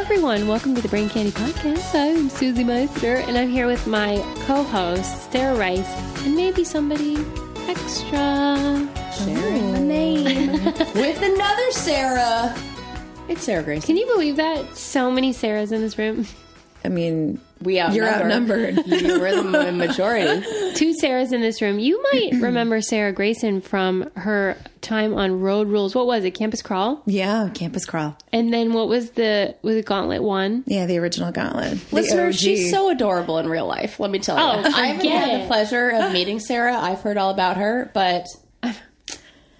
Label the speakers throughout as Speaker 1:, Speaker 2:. Speaker 1: everyone. Welcome to the Brain Candy Podcast. I'm Susie Meister, and I'm here with my co host, Sarah Rice, and maybe somebody extra.
Speaker 2: Sharing the name with another Sarah. It's Sarah Grace.
Speaker 1: Can you believe that? So many Sarahs in this room.
Speaker 2: I mean,
Speaker 3: We outnumbered.
Speaker 2: you're outnumbered.
Speaker 3: You were the ma- majority.
Speaker 1: Two Sarahs in this room. You might remember Sarah Grayson from her time on Road Rules. What was it? Campus Crawl?
Speaker 2: yeah, Campus Crawl.
Speaker 1: And then what was the, was it Gauntlet 1?
Speaker 2: Yeah, the original Gauntlet. The
Speaker 3: Listeners,
Speaker 2: OG.
Speaker 3: she's so adorable in real life. Let me tell you.
Speaker 1: Oh,
Speaker 3: I haven't
Speaker 1: forget
Speaker 3: had
Speaker 1: it.
Speaker 3: the pleasure of meeting Sarah. I've heard all about her, but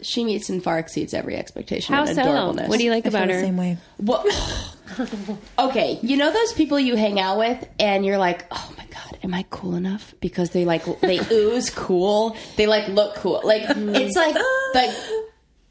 Speaker 3: she meets and far exceeds every expectation.
Speaker 1: How
Speaker 3: and
Speaker 1: so?
Speaker 3: adorableness.
Speaker 1: What do you like
Speaker 2: I feel
Speaker 1: about
Speaker 2: the
Speaker 1: her?
Speaker 2: same way.
Speaker 3: What? okay, you know those people you hang out with, and you're like, oh my god, am I cool enough? Because they like they ooze cool. They like look cool. Like it's like like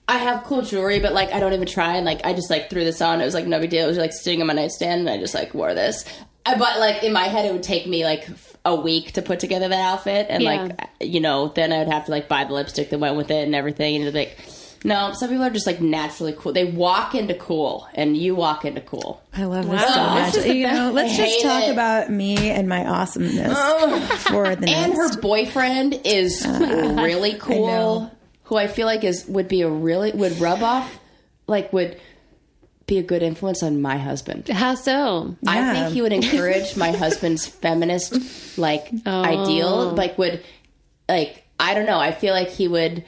Speaker 3: I have cool jewelry, but like I don't even try, and like I just like threw this on. It was like no big deal. It was like sitting on my nightstand, and I just like wore this. I, but like in my head, it would take me like f- a week to put together that outfit, and
Speaker 1: Yeah.
Speaker 3: like uh, you know, then I'd have to like buy the lipstick that went with it and everything, and it'd be like. No, some people are just like naturally cool. They walk into cool, and you walk into cool.
Speaker 2: I love
Speaker 1: Wow.
Speaker 2: this
Speaker 1: This
Speaker 2: so much.
Speaker 1: is the
Speaker 2: you know, let's
Speaker 3: hate
Speaker 2: just talk
Speaker 3: it. Oh.
Speaker 2: about me and my awesomeness for the
Speaker 3: And
Speaker 2: next.
Speaker 3: her boyfriend is really cool,
Speaker 2: know.
Speaker 3: who I feel like is would be a really would rub off, like would be a good influence on my husband.
Speaker 1: How so?
Speaker 3: I
Speaker 2: Yeah.
Speaker 3: think he would encourage my husband's feminist like ideal.
Speaker 2: Oh.
Speaker 3: Like would like I don't know. I feel like he would.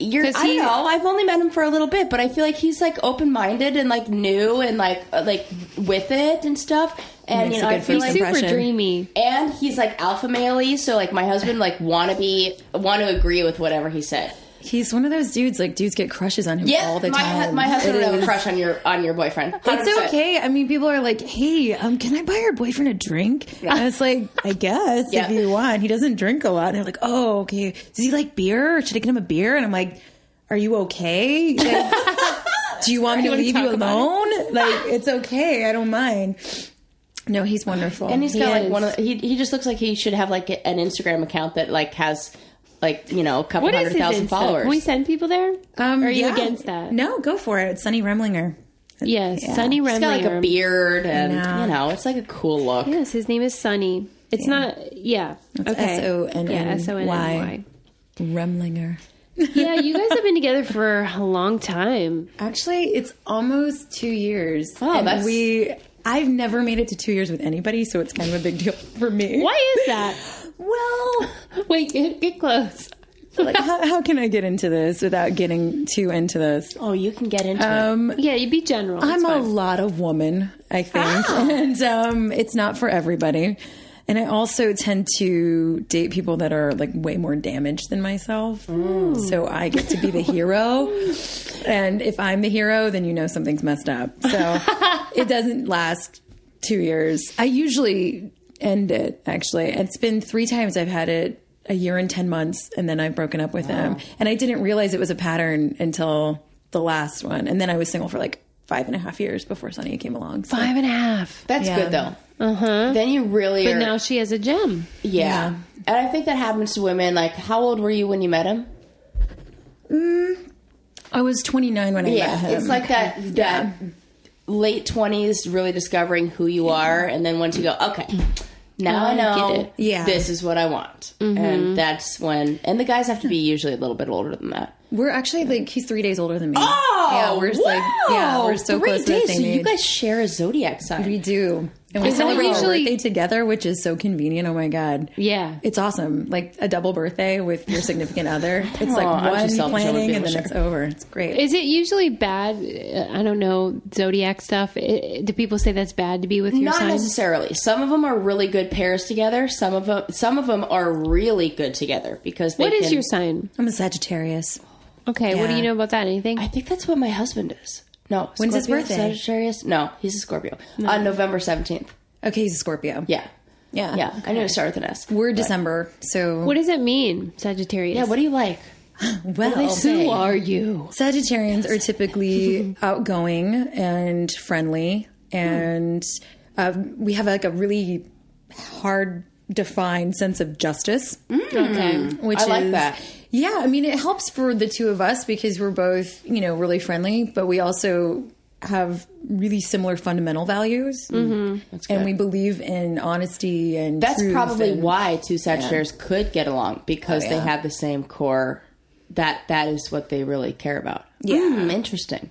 Speaker 3: You're, I
Speaker 1: 'Cause he-
Speaker 3: don't know. I've only met him for a little bit, but I feel like he's like open minded and like new and like uh, like with it and stuff. And you
Speaker 2: Makes a
Speaker 3: know, I
Speaker 2: good
Speaker 3: feel
Speaker 2: first
Speaker 3: like
Speaker 1: Super
Speaker 2: Impression.
Speaker 1: dreamy.
Speaker 3: and he's like alpha male so like my husband like want to be want to agree with whatever he said
Speaker 2: He's one of those dudes. Like dudes get crushes on him all the
Speaker 3: my, hu-
Speaker 2: time.
Speaker 3: my husband
Speaker 2: It
Speaker 3: would have a
Speaker 2: is-
Speaker 3: crush on your on your boyfriend
Speaker 2: It's
Speaker 3: 100%.
Speaker 2: okay. I mean, people are like, "Hey, um, can I buy your boyfriend a drink?" And it's like, I guess
Speaker 3: Yeah.
Speaker 2: if you want. He doesn't drink a lot. And they're like, "Oh, okay. Does he like beer? Should I get him a beer?" And I'm like, "Are you okay? Like, do you want me to
Speaker 1: wanna
Speaker 2: leave you
Speaker 1: talk about
Speaker 2: alone? Like, it's okay. I don't mind." No, he's wonderful.
Speaker 3: and he's got
Speaker 1: He
Speaker 3: like
Speaker 1: is.
Speaker 3: one of the, he, he just looks like he should have like an instagram account that like has like you know a couple
Speaker 1: What is
Speaker 3: hundred
Speaker 1: his
Speaker 3: thousand
Speaker 1: Insta? Can we
Speaker 3: followers
Speaker 1: send people there?
Speaker 2: um,
Speaker 1: Are you
Speaker 2: yeah.
Speaker 1: against that?
Speaker 2: No, go for it. It's Sunny Remlinger.
Speaker 1: Yes,
Speaker 2: Yeah.
Speaker 1: Sunny
Speaker 3: he's got like a
Speaker 1: Remlinger.
Speaker 3: beard and
Speaker 2: No.
Speaker 3: you know it's like a cool look
Speaker 1: Yes, his name is Sunny. It's not. Yeah. okay.
Speaker 2: S-O-N-N-Y.
Speaker 1: Yeah. S O N N Y.
Speaker 2: Remlinger.
Speaker 1: Yeah, you guys have been together for a long time.
Speaker 2: Actually, it's almost two years.
Speaker 3: Oh,
Speaker 2: and
Speaker 3: that's-
Speaker 2: we. I've never made it to two years with anybody, so it's kind of a big deal for me.
Speaker 1: Why is that?
Speaker 2: Well,
Speaker 1: Wait, get, get close.
Speaker 2: like, how, how can I get into this without getting too into this?
Speaker 3: oh you can get into it
Speaker 2: Um,
Speaker 1: Yeah, you be general. It's
Speaker 2: I'm a
Speaker 1: fine.
Speaker 2: lot of woman, I think, and um, it's not for everybody. And I also tend to date people that are like way more damaged than myself.
Speaker 1: Mm.
Speaker 2: So I get to be the hero. and if I'm the hero, then you know something's messed up. So it doesn't last two years. I usually end it actually. It's been three times I've had it a year and 10 months, and then I've broken up with him. And I didn't realize it was a pattern until the last one. And then I was single for like five and a half years before Sonia came along. So
Speaker 1: five and a half.
Speaker 3: that's
Speaker 2: yeah.
Speaker 3: good though uh-huh then you really
Speaker 1: But
Speaker 3: are,
Speaker 1: now she has a gem.
Speaker 3: yeah. and i think that happens to women like how old were you when you met him
Speaker 2: I was 29 when I met
Speaker 3: Yeah,
Speaker 2: him.
Speaker 3: it's like that that late twenties, really discovering who you are, and then once you go, okay, now I,
Speaker 1: I
Speaker 3: know,
Speaker 1: get it.
Speaker 2: Yeah.
Speaker 3: this is what I want, and that's when. And the guys have to be usually a little bit older than that.
Speaker 2: we're actually like, he's three days older than me. yeah, we're just like, yeah, we're so
Speaker 3: Oh, Three
Speaker 2: close
Speaker 3: days,
Speaker 2: to the same
Speaker 3: so
Speaker 2: age.
Speaker 3: you guys share a zodiac sign.
Speaker 2: we do. And we
Speaker 1: Isn't it
Speaker 2: celebrate our
Speaker 1: usually-
Speaker 2: birthday together, which is so convenient. Oh my God.
Speaker 1: Yeah.
Speaker 2: It's awesome. Like a double birthday with your significant other. It's like
Speaker 3: I'm
Speaker 2: one
Speaker 3: just selfish. I wouldn't
Speaker 2: planning
Speaker 3: be
Speaker 2: and
Speaker 3: able
Speaker 2: then
Speaker 3: to
Speaker 2: it's over. It's great.
Speaker 1: Is it usually bad? uh, I don't know zodiac stuff. I do people say that's bad to be with your
Speaker 3: Not
Speaker 1: sign?
Speaker 3: necessarily. Some of them are really good pairs together. Some of them, some of them are really good together because they
Speaker 1: What is
Speaker 3: can-
Speaker 1: your sign?
Speaker 2: I'm a Sagittarius.
Speaker 1: Okay, what do
Speaker 2: Yeah.
Speaker 1: you know about that? Anything?
Speaker 3: I think that's what my husband is. No,
Speaker 2: When's his
Speaker 3: Scorpio,
Speaker 2: birthday?
Speaker 3: Sagittarius? No, he's a Scorpio. On November seventeenth.
Speaker 2: Okay, he's a Scorpio.
Speaker 3: Yeah.
Speaker 2: Yeah.
Speaker 3: Yeah, I knew it started with an S.
Speaker 2: We're December, so
Speaker 1: what does it mean, Sagittarius?
Speaker 3: Yeah, what do you like?
Speaker 2: well,
Speaker 1: Who are you?
Speaker 2: Sagittarians are typically outgoing and friendly, and um, we have like a really hard, defined sense of justice.
Speaker 1: Okay.
Speaker 2: which
Speaker 3: I like
Speaker 2: is,
Speaker 3: that.
Speaker 2: Yeah, I mean, it helps for the two of us because we're both, you know, really friendly, but we also have really similar fundamental values, and we believe in honesty and
Speaker 3: Mm-hmm. That's
Speaker 2: truth
Speaker 3: probably
Speaker 2: and-
Speaker 3: why two satchers could get along because they have the same core. That that is what they really care about. Yeah, interesting.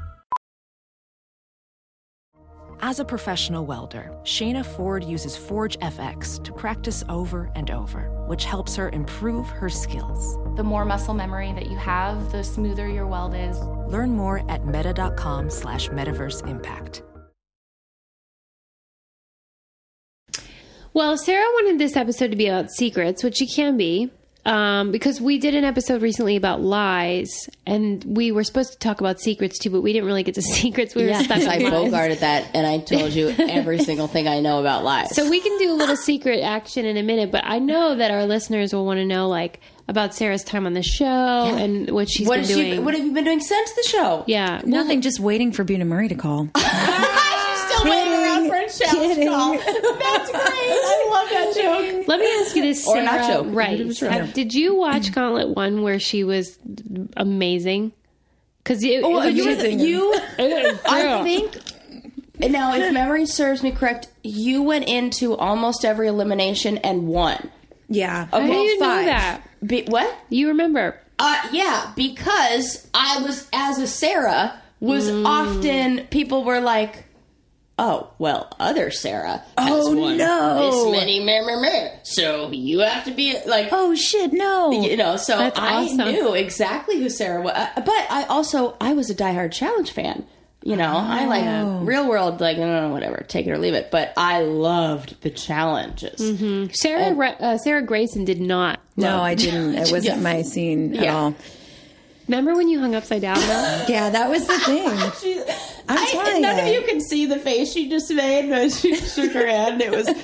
Speaker 4: As a professional welder, Shayna Ford uses Forge FX to practice over and over, which helps her improve her skills.
Speaker 5: The more muscle memory that you have, the smoother your weld is.
Speaker 4: Learn more at meta.com slash metaverse impact.
Speaker 1: Well, Sarah wanted this episode to be about secrets, which it can be, um, because we did an episode recently about lies, and we were supposed to talk about secrets too, but we didn't really get to secrets. We were stuck
Speaker 3: I
Speaker 1: on lies.
Speaker 3: bogarted that, and I told you every single thing I know about lies.
Speaker 1: So we can do a little secret action in a minute, but I know that our listeners will want to know like about Sarah's time on the show and what she's
Speaker 3: what
Speaker 1: been
Speaker 3: have
Speaker 1: doing.
Speaker 3: you? What have you been doing since the show?
Speaker 1: yeah.
Speaker 2: Nothing, just waiting for Buna Murray to call.
Speaker 3: Still waiting around for a challenge
Speaker 2: Kidding.
Speaker 3: call. That's great. I love that joke.
Speaker 1: Let me ask you this,
Speaker 3: Or
Speaker 1: Sarah.
Speaker 3: not joke.
Speaker 1: Right?
Speaker 3: It was right.
Speaker 1: Have- did you watch Gauntlet One where she was amazing? Because you,
Speaker 3: Well, Oh, you, were the,
Speaker 2: amazing.
Speaker 3: you I
Speaker 1: Girl.
Speaker 3: think. Now, if memory serves me correct, you went into almost every elimination and won.
Speaker 2: yeah.
Speaker 1: How do you know that?
Speaker 3: Be, what?
Speaker 1: You remember?
Speaker 3: Uh, yeah, because I was as a Sarah was often people were like, "Oh, well, other Sarah has
Speaker 2: Oh,
Speaker 3: won
Speaker 2: no.
Speaker 3: this many meh, meh, meh, so you have to be like,
Speaker 2: Oh shit! No.
Speaker 3: you know." So
Speaker 1: That's
Speaker 3: I
Speaker 1: awesome.
Speaker 3: knew exactly who Sarah was, but I also I was a diehard challenge fan. You know, I like real world, like no, no, whatever, take it or leave it. But I loved the challenges.
Speaker 1: Sarah Ra- uh, Sarah Grayson did not.
Speaker 2: No, I didn't. It wasn't my scene at
Speaker 3: Yeah.
Speaker 2: all.
Speaker 1: Remember when you hung upside down? Though?
Speaker 2: Yeah, that was the thing.
Speaker 3: She,
Speaker 2: I'm
Speaker 3: I,
Speaker 2: trying
Speaker 3: none of
Speaker 2: it.
Speaker 3: you can see the face she just made, but she shook her head. and It was it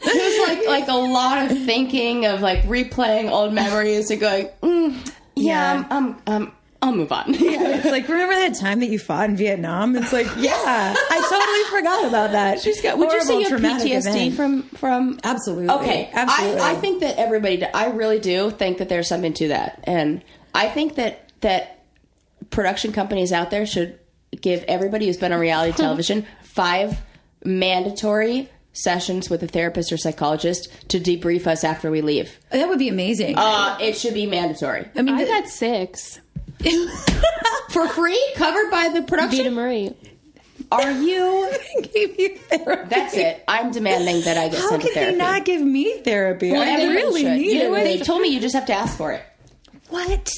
Speaker 3: was like like a lot of thinking of like replaying old memories and going, mm, yeah,
Speaker 2: Yeah.
Speaker 3: I'm, I'm, um, I'll move on.
Speaker 2: It's like remember that time that you fought in Vietnam? It's like yeah, I totally forgot about that. She's got
Speaker 3: Would you say you have PTSD from from?
Speaker 2: Absolutely.
Speaker 3: Okay,
Speaker 2: Absolutely.
Speaker 3: I, I think that everybody. do- I really do think that there's something to that, and I think that that production companies out there should give everybody who's been on reality television five mandatory sessions with a therapist or psychologist to debrief us after we leave.
Speaker 2: that would be amazing.
Speaker 3: Uh, it should be mandatory
Speaker 2: I mean,
Speaker 1: I
Speaker 2: the-
Speaker 1: got six.
Speaker 3: for free, covered by the
Speaker 1: Vita
Speaker 3: production.
Speaker 1: Murray.
Speaker 3: Are you?
Speaker 2: gave you therapy.
Speaker 3: That's it. I'm demanding that I get
Speaker 2: How
Speaker 3: sent to
Speaker 2: can
Speaker 3: therapy.
Speaker 2: they not give me therapy? I
Speaker 3: Everybody
Speaker 2: really
Speaker 3: should.
Speaker 2: need
Speaker 3: You know
Speaker 2: it.
Speaker 3: what? They told me you just have to ask for it.
Speaker 2: What?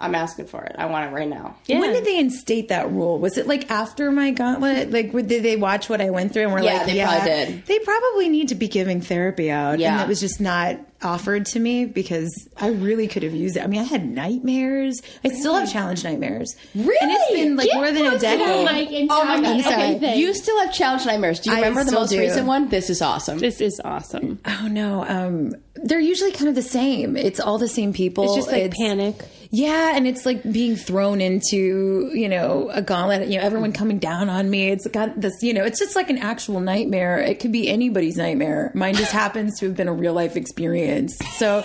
Speaker 3: I'm asking for it. I want it right now.
Speaker 2: When did they instate that rule? Was it like after my gauntlet? Like, would, did they watch what I went through and were
Speaker 3: Yeah,
Speaker 2: like,
Speaker 3: they
Speaker 2: yeah,
Speaker 3: probably did.
Speaker 2: They probably need to be giving therapy out.
Speaker 3: Yeah.
Speaker 2: And it was just not offered to me because I really could have used it. I mean, I had nightmares. I still have challenge nigmares. Really? And it's been like
Speaker 1: Get
Speaker 2: more than a
Speaker 1: personal,
Speaker 2: decade.
Speaker 1: Mike, and
Speaker 3: Oh
Speaker 1: tell
Speaker 3: my
Speaker 1: me
Speaker 3: god! Okay,
Speaker 1: everything.
Speaker 3: you still have challenge nightmares. Do you
Speaker 2: I
Speaker 3: remember the
Speaker 2: still
Speaker 3: most
Speaker 2: do.
Speaker 3: recent one? This is awesome.
Speaker 1: This is awesome.
Speaker 2: oh, no. Um, they're usually kind of the same. It's all the same people.
Speaker 1: Oh, It's just like panic.
Speaker 2: Yeah, and it's like being thrown into, you know, a gauntlet, you know, everyone coming down on me. It's got this, you know, it's just like an actual nightmare. It could be anybody's nightmare. Mine just happens to have been a real life experience. So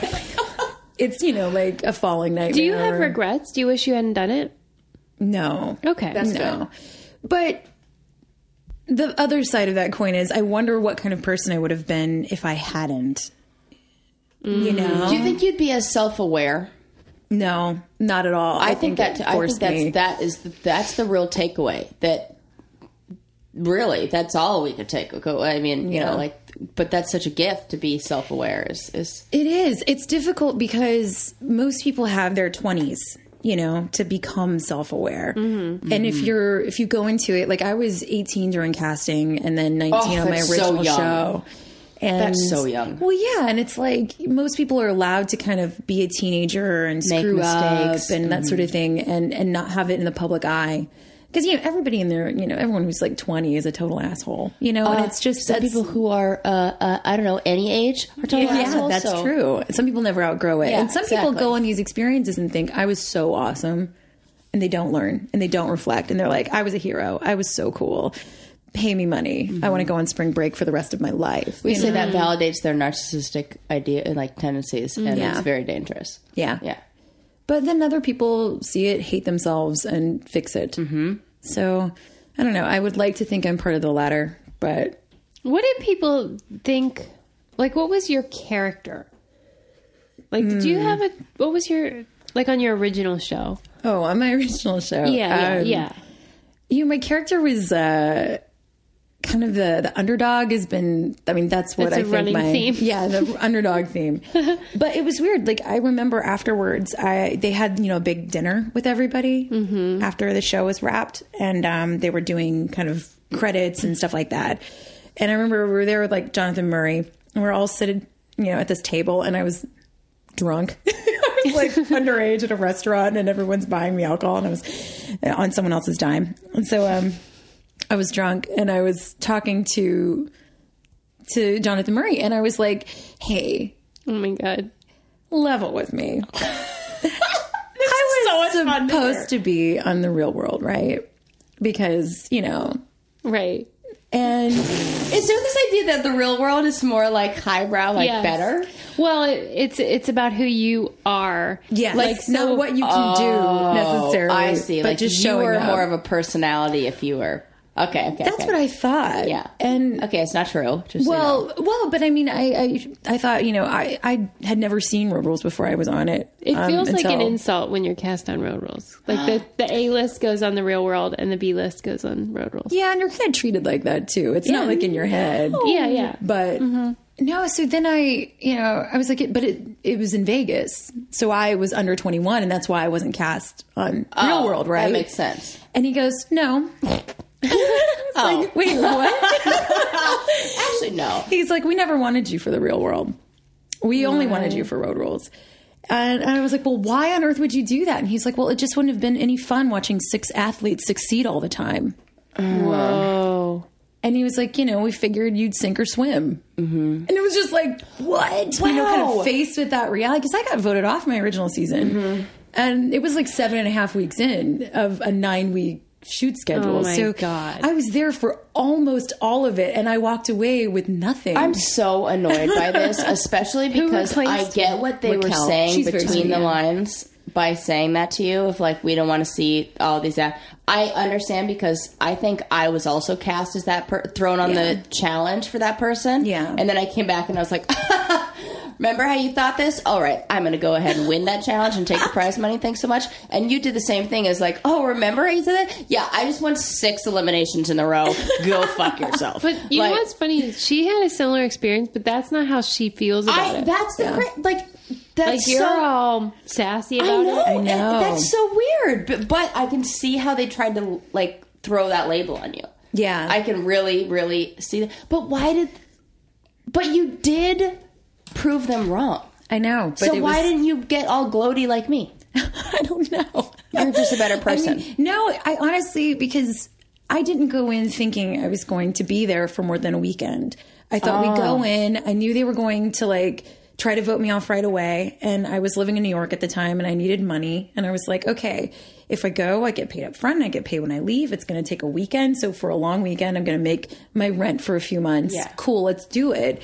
Speaker 2: it's, you know, like a falling nightmare.
Speaker 1: Do you have regrets? Do you wish you hadn't done it?
Speaker 2: No.
Speaker 1: Okay. That's
Speaker 2: no. But the other side of that coin is I wonder what kind of person I would have been if I hadn't. You know?
Speaker 3: Mm. Do you think you'd be as self-aware?
Speaker 2: no, not at all.
Speaker 3: I, think, that.
Speaker 2: it
Speaker 3: I think
Speaker 2: forced
Speaker 3: that's
Speaker 2: me.
Speaker 3: that is the, that's the real takeaway. That really, that's all we could take. Go- I mean, you
Speaker 2: Yeah.
Speaker 3: know, like, but that's such a gift to be self-aware. Is is
Speaker 2: It is. It's difficult because most people have their 20s, you know, to become self-aware.
Speaker 3: Mm-hmm.
Speaker 2: And if you're if you go into it, like I was 18 during casting and then 19
Speaker 3: Oh,
Speaker 2: on my
Speaker 3: that's so
Speaker 2: original
Speaker 3: young.
Speaker 2: show. And
Speaker 3: That's so young.
Speaker 2: Well, yeah, and it's like most people are allowed to kind of be a teenager and
Speaker 3: Make
Speaker 2: screw
Speaker 3: mistakes. Mm-hmm.
Speaker 2: up and that sort of thing and and not have it in the public eye. Because you know everybody in there, you know everyone who's like twenty is a total asshole. You know,
Speaker 3: Uh,
Speaker 2: and it's just
Speaker 3: Some
Speaker 2: that's-
Speaker 3: people who are, uh, uh, I don't know, any age are total
Speaker 2: yeah,
Speaker 3: assholes,
Speaker 2: that's
Speaker 3: so-
Speaker 2: true. Some people never outgrow it,
Speaker 3: Yeah,
Speaker 2: and some people
Speaker 3: exactly.
Speaker 2: go on these experiences and think I was so awesome, and they don't learn and they don't reflect, and they're like, I was a hero, I was so cool. Pay me money. I want to go on spring break for the rest of my life.
Speaker 3: We say that validates their narcissistic idea, like tendencies, and it's very dangerous.
Speaker 2: Yeah.
Speaker 3: Yeah.
Speaker 2: But then other people see it, hate themselves, and fix it. Mm-hmm. So I don't know. I would like to think I'm part of the latter, but
Speaker 1: What did people think? Like, what was your character? Like, did you have a? What was your like on your original show?
Speaker 2: oh, on my original show,
Speaker 1: Yeah, yeah,
Speaker 2: um,
Speaker 1: yeah.
Speaker 2: You know, my character was uh, kind of the, the underdog has been. I mean, that's what
Speaker 1: That's
Speaker 2: I
Speaker 1: a
Speaker 2: think
Speaker 1: running
Speaker 2: my
Speaker 1: theme.
Speaker 2: yeah the underdog theme. But it was weird. Like I remember afterwards, I they had you know a big dinner with everybody
Speaker 1: Mm-hmm.
Speaker 2: after the show was wrapped, and um, they were doing kind of credits and stuff like that. And I remember we were there with like Jonathan Murray, and we're all sitting you know at this table, and I was drunk. I was like underage at a restaurant and everyone's buying me alcohol and I was uh, on someone else's dime. And so um I was drunk and I was talking to to Jonathan Murray and I was like, "Hey,
Speaker 1: Oh my god.
Speaker 2: level with me." I was supposed to be on the real world, right? Because, you know,
Speaker 1: Right.
Speaker 2: and
Speaker 3: Is there this idea that the real world is more like highbrow, like
Speaker 1: Yes.
Speaker 3: better?
Speaker 1: Well, it, it's it's about who you are.
Speaker 2: yes, like
Speaker 1: so-
Speaker 2: not what you can do necessarily.
Speaker 3: oh, I see.
Speaker 2: But
Speaker 3: like
Speaker 2: just
Speaker 3: you
Speaker 2: showing
Speaker 3: were
Speaker 2: up.
Speaker 3: more of a personality if you were. Okay. Okay.
Speaker 2: That's what I thought.
Speaker 3: Yeah.
Speaker 2: And
Speaker 3: Okay, it's not true. Just so you know.
Speaker 2: Well, well, but I mean, I, I, I thought, you know, I, I had never seen Road Rules before I was on it.
Speaker 1: It
Speaker 2: um,
Speaker 1: feels like an
Speaker 2: until-
Speaker 1: insult when you're cast on Road Rules. Like the the A list goes on the real world and the B list goes on Road Rules.
Speaker 2: Yeah, and you're kind of treated like that too. It's not like in your head.
Speaker 1: Yeah, yeah.
Speaker 2: But no, so then I, you know, I was like, it, but it, it was in Vegas, so I was under 21, and that's why I wasn't cast on Real World, right?
Speaker 3: Oh, That makes sense.
Speaker 2: And he goes, no. I was like, wait, what?
Speaker 3: Actually, no.
Speaker 2: He's like, we never wanted you for the real world. We only wanted you for road rules. And I was like, well, why on earth would you do that? And he's like, well, it just wouldn't have been any fun watching six athletes succeed all the time.
Speaker 1: Whoa.
Speaker 2: And he was like, you know, we figured you'd sink or swim. Mm-hmm. And it was just like, what? You know, kind of faced with that reality. Because I got voted off my original season. And it was like seven and a half weeks in of a nine week shoot schedule.
Speaker 1: my
Speaker 2: so
Speaker 1: God.
Speaker 2: I was there for almost all of it. And I walked away with nothing.
Speaker 3: I'm so annoyed by this, especially because I
Speaker 1: replaced
Speaker 3: get what they were
Speaker 2: Raquel?
Speaker 3: saying
Speaker 2: She's very
Speaker 3: between
Speaker 2: sweet,
Speaker 3: the
Speaker 2: yeah.
Speaker 3: lines by saying that to you of like we don't want to see all these act- I understand because I think I was also cast as that per- thrown on the challenge for that person.
Speaker 2: Yeah.
Speaker 3: And then I came back and I was like Remember how you thought this? All right, I'm going to go ahead and win that challenge and take the prize money. Thanks so much. And you did the same thing as like, oh, remember how you said that? Yeah, I just won six eliminations in a row. Go fuck yourself.
Speaker 1: But you
Speaker 3: Like-
Speaker 1: know what's funny? She had a similar experience, but that's not how she feels about
Speaker 3: I,
Speaker 1: it.
Speaker 3: that's the cra- like
Speaker 1: like
Speaker 3: that's
Speaker 1: you're
Speaker 3: so
Speaker 1: all sassy
Speaker 3: I
Speaker 1: about
Speaker 3: know,
Speaker 1: it.
Speaker 3: and
Speaker 2: know.
Speaker 3: that's so weird but, but I can see how they tried to like throw that label on you
Speaker 2: Yeah.
Speaker 3: I can really really see that but why did but you did prove them wrong
Speaker 2: I know. But
Speaker 3: so
Speaker 2: it
Speaker 3: why
Speaker 2: was-
Speaker 3: didn't you get all gloaty like me
Speaker 2: I don't know.
Speaker 3: You're just a better
Speaker 2: I mean,
Speaker 3: person.
Speaker 2: no, I honestly because I didn't go in thinking I was going to be there for more than a weekend. I thought we'd go in. I knew they were going to like try to vote me off right away, and I was living in New York at the time, and I needed money, and I was like, okay. If I go, I get paid up front. I get paid when I leave. It's going to take a weekend. So for a long weekend, I'm going to make my rent for a few months.
Speaker 3: Yeah.
Speaker 2: Cool. Let's do it.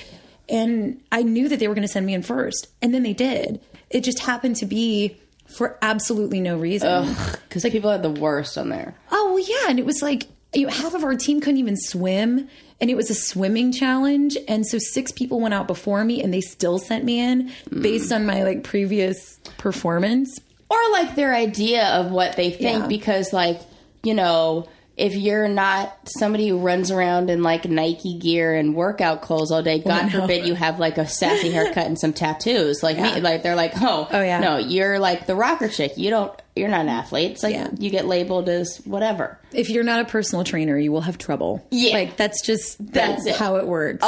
Speaker 2: And I knew that they were going to send me in first. And then they did. It just happened to be for absolutely no reason.
Speaker 3: because like, people are the worst on there
Speaker 2: Oh, well, yeah. And it was like you know, half of our team couldn't even swim. And it was a swimming challenge. And so six people went out before me and they still sent me in based on my like previous performance.
Speaker 3: or like their idea of what they think
Speaker 2: Yeah.
Speaker 3: because like you know if you're not somebody who runs around in like Nike gear and workout clothes all day, God forbid you have like a sassy haircut and some tattoos. Like me, like they're like, oh,
Speaker 2: yeah.
Speaker 3: no, you're like the rocker chick. You don't you're not an athlete. It's like
Speaker 2: Yeah.
Speaker 3: you get labeled as whatever.
Speaker 2: If you're not a personal trainer, you will have trouble.
Speaker 3: Yeah.
Speaker 2: Like that's just
Speaker 3: That's it.
Speaker 2: that's, how it works.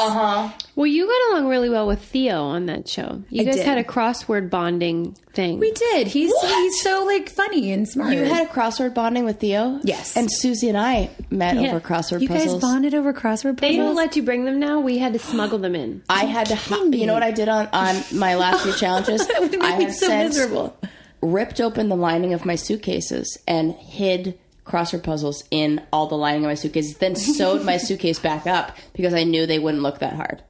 Speaker 1: Well, you got along really well with Theo on that show. You
Speaker 2: I
Speaker 1: guys
Speaker 2: did.
Speaker 1: had a crossword bonding thing.
Speaker 2: We did. He's he's so like funny and smart.
Speaker 3: You had a crossword bonding with Theo?
Speaker 2: Yes.
Speaker 3: And Susie and I met over crossword
Speaker 2: you guys
Speaker 3: puzzles.
Speaker 2: bonded over crossword
Speaker 1: they
Speaker 2: puzzles.
Speaker 1: don't let you bring them now. We had to smuggle them in.
Speaker 3: I had to, hi- you know what I did on, on my last few challenges?
Speaker 2: that would make
Speaker 3: I
Speaker 2: me
Speaker 3: have
Speaker 2: so
Speaker 3: since
Speaker 2: miserable.
Speaker 3: ripped open the lining of my suitcases and hid crossword puzzles in all the lining of my suitcases, then sewed my suitcase back up because I knew they wouldn't look that hard.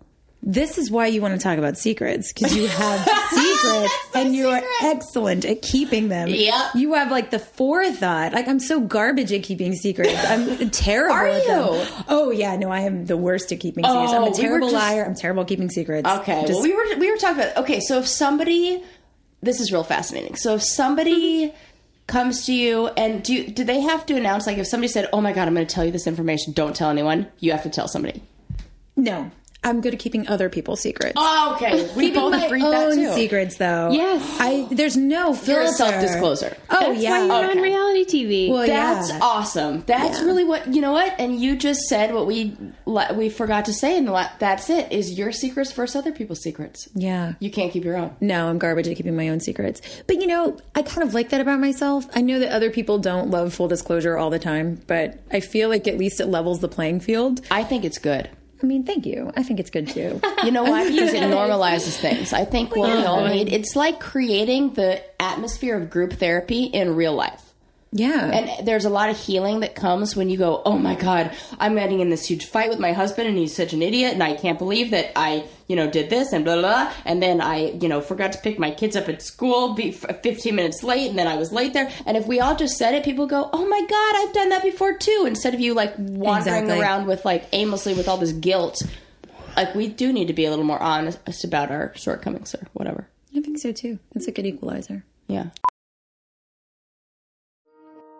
Speaker 2: This is why you want to talk about secrets because you have secrets and you are excellent at keeping them.
Speaker 3: Yep.
Speaker 2: You have like the forethought. Like I'm so garbage at keeping secrets. I'm terrible.
Speaker 3: Are
Speaker 2: at them.
Speaker 3: you?
Speaker 2: Oh yeah, no, I am the worst at keeping secrets.
Speaker 3: Oh,
Speaker 2: I'm
Speaker 3: we
Speaker 2: a
Speaker 3: were
Speaker 2: terrible
Speaker 3: just-
Speaker 2: liar. I'm terrible at keeping secrets.
Speaker 3: Okay. well, we were we were talking about okay. So if somebody, this is real fascinating. So if somebody comes to you and do you, do they have to announce like if somebody said, "Oh my god, I'm going to tell you this information. Don't tell anyone." You have to tell somebody.
Speaker 2: No, I'm good at keeping other people's secrets.
Speaker 3: Oh, Okay, we both
Speaker 2: my
Speaker 3: agreed
Speaker 2: own
Speaker 3: that too.
Speaker 2: secrets, though.
Speaker 1: Yes.
Speaker 2: I there's no filter.
Speaker 3: You're a self-discloser.
Speaker 2: Oh
Speaker 1: That's why
Speaker 2: yeah.
Speaker 1: you're on reality TV.
Speaker 2: Well, Oh, yeah.
Speaker 3: That's awesome. That's really what you know. What and you just said what we la- we forgot to say, and la- that's it. Is your secrets versus other people's secrets?
Speaker 2: yeah.
Speaker 3: You can't keep your own.
Speaker 2: No, I'm garbage at keeping my own secrets. But you know, I kind of like that about myself. I know that other people don't love full disclosure all the time, but I feel like at least it levels the playing field.
Speaker 3: I think it's good.
Speaker 2: I mean, thank you. I think it's good too.
Speaker 3: You know why? Because it normalizes things. I think what we all need. It's like creating the atmosphere of group therapy in real life.
Speaker 2: yeah.
Speaker 3: And there's a lot of healing that comes when you go, oh my God, I'm getting in this huge fight with my husband and he's such an idiot and I can't believe that I, you know, did this and blah, blah, blah. And then I, you know, forgot to pick my kids up at school be f- 15 minutes late and then I was late there. And if we all just said it, people go, oh my God, I've done that before too. Instead of you like wandering
Speaker 2: Exactly.
Speaker 3: around with like aimlessly with all this guilt. Like we do need to be a little more honest about our shortcomings or whatever.
Speaker 2: I think so too. It's a good equalizer.
Speaker 3: Yeah.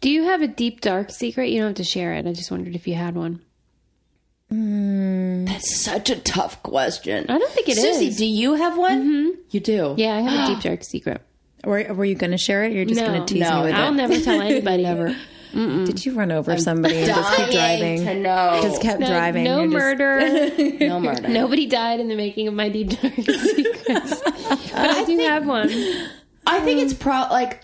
Speaker 1: Do you have a deep dark secret? You don't have to share it. I just wondered if you had one.
Speaker 3: That's such a tough question.
Speaker 1: I don't think it
Speaker 3: it is. Susie,
Speaker 1: is.
Speaker 3: do you have one? Mm-hmm. You do.
Speaker 1: Yeah, I have a deep dark secret.
Speaker 2: Were, were you going to share it? You're just
Speaker 1: No.
Speaker 2: going to tease
Speaker 3: No,
Speaker 2: me with
Speaker 1: I'll
Speaker 2: it.
Speaker 1: never tell anybody.
Speaker 3: Never.
Speaker 2: Did you run over somebody and just keep
Speaker 3: dying
Speaker 2: driving?
Speaker 3: to know.
Speaker 2: Just kept
Speaker 1: No,
Speaker 2: driving.
Speaker 1: no
Speaker 2: You're just-
Speaker 1: murder.
Speaker 3: No murder.
Speaker 1: Nobody died in the making of my deep dark secrets. but I do have one.
Speaker 3: I think it's pro like,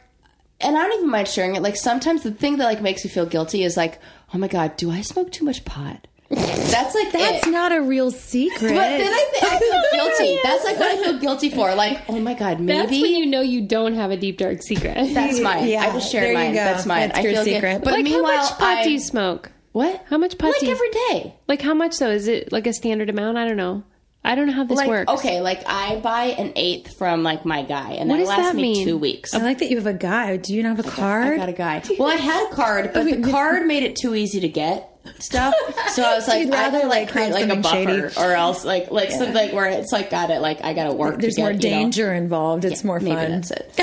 Speaker 3: and I don't even mind sharing it. Like sometimes the thing that like makes me feel guilty is like, oh my god, do I smoke too much pot? That's like
Speaker 2: That's
Speaker 3: it.
Speaker 2: not a real secret.
Speaker 3: But then I, th- I feel guilty. That's like what I feel guilty for. Like, oh my god,
Speaker 1: That's
Speaker 3: maybe
Speaker 1: when you know you don't have a deep dark secret.
Speaker 3: that's mine.
Speaker 2: Yeah,
Speaker 3: I just shared
Speaker 2: there you
Speaker 3: mine.
Speaker 2: go.
Speaker 3: That's mine.
Speaker 2: That's
Speaker 3: I
Speaker 2: your
Speaker 3: feel guilty.
Speaker 2: secret.
Speaker 3: But
Speaker 1: like how
Speaker 3: meanwhile,
Speaker 1: much pot
Speaker 3: I,
Speaker 1: do you smoke?
Speaker 3: what?
Speaker 1: How much pot
Speaker 3: Like
Speaker 1: do you-
Speaker 3: every day.
Speaker 1: Like how much though? Is it like a standard amount? I don't know. I don't know how this
Speaker 3: Like
Speaker 1: works.
Speaker 3: okay, like I buy an eighth from like my guy, and
Speaker 1: What
Speaker 3: that
Speaker 1: does
Speaker 3: lasts
Speaker 1: that
Speaker 3: me
Speaker 1: mean?
Speaker 3: two weeks.
Speaker 2: I like that you have a guy. Do you not have a
Speaker 3: I
Speaker 2: card?
Speaker 3: got a guy. Well, I had a card, but the card made it too easy to get stuff. So I was like,
Speaker 2: you'd rather,
Speaker 3: I gotta, like
Speaker 2: like,
Speaker 3: create
Speaker 2: have
Speaker 3: like a
Speaker 2: something
Speaker 3: buffer,
Speaker 2: shady.
Speaker 3: or else like like something where it's like got it. Like I gotta work.
Speaker 2: There's
Speaker 3: to get,
Speaker 2: more
Speaker 3: you know.
Speaker 2: danger involved. It's more fun.
Speaker 3: Maybe that's it.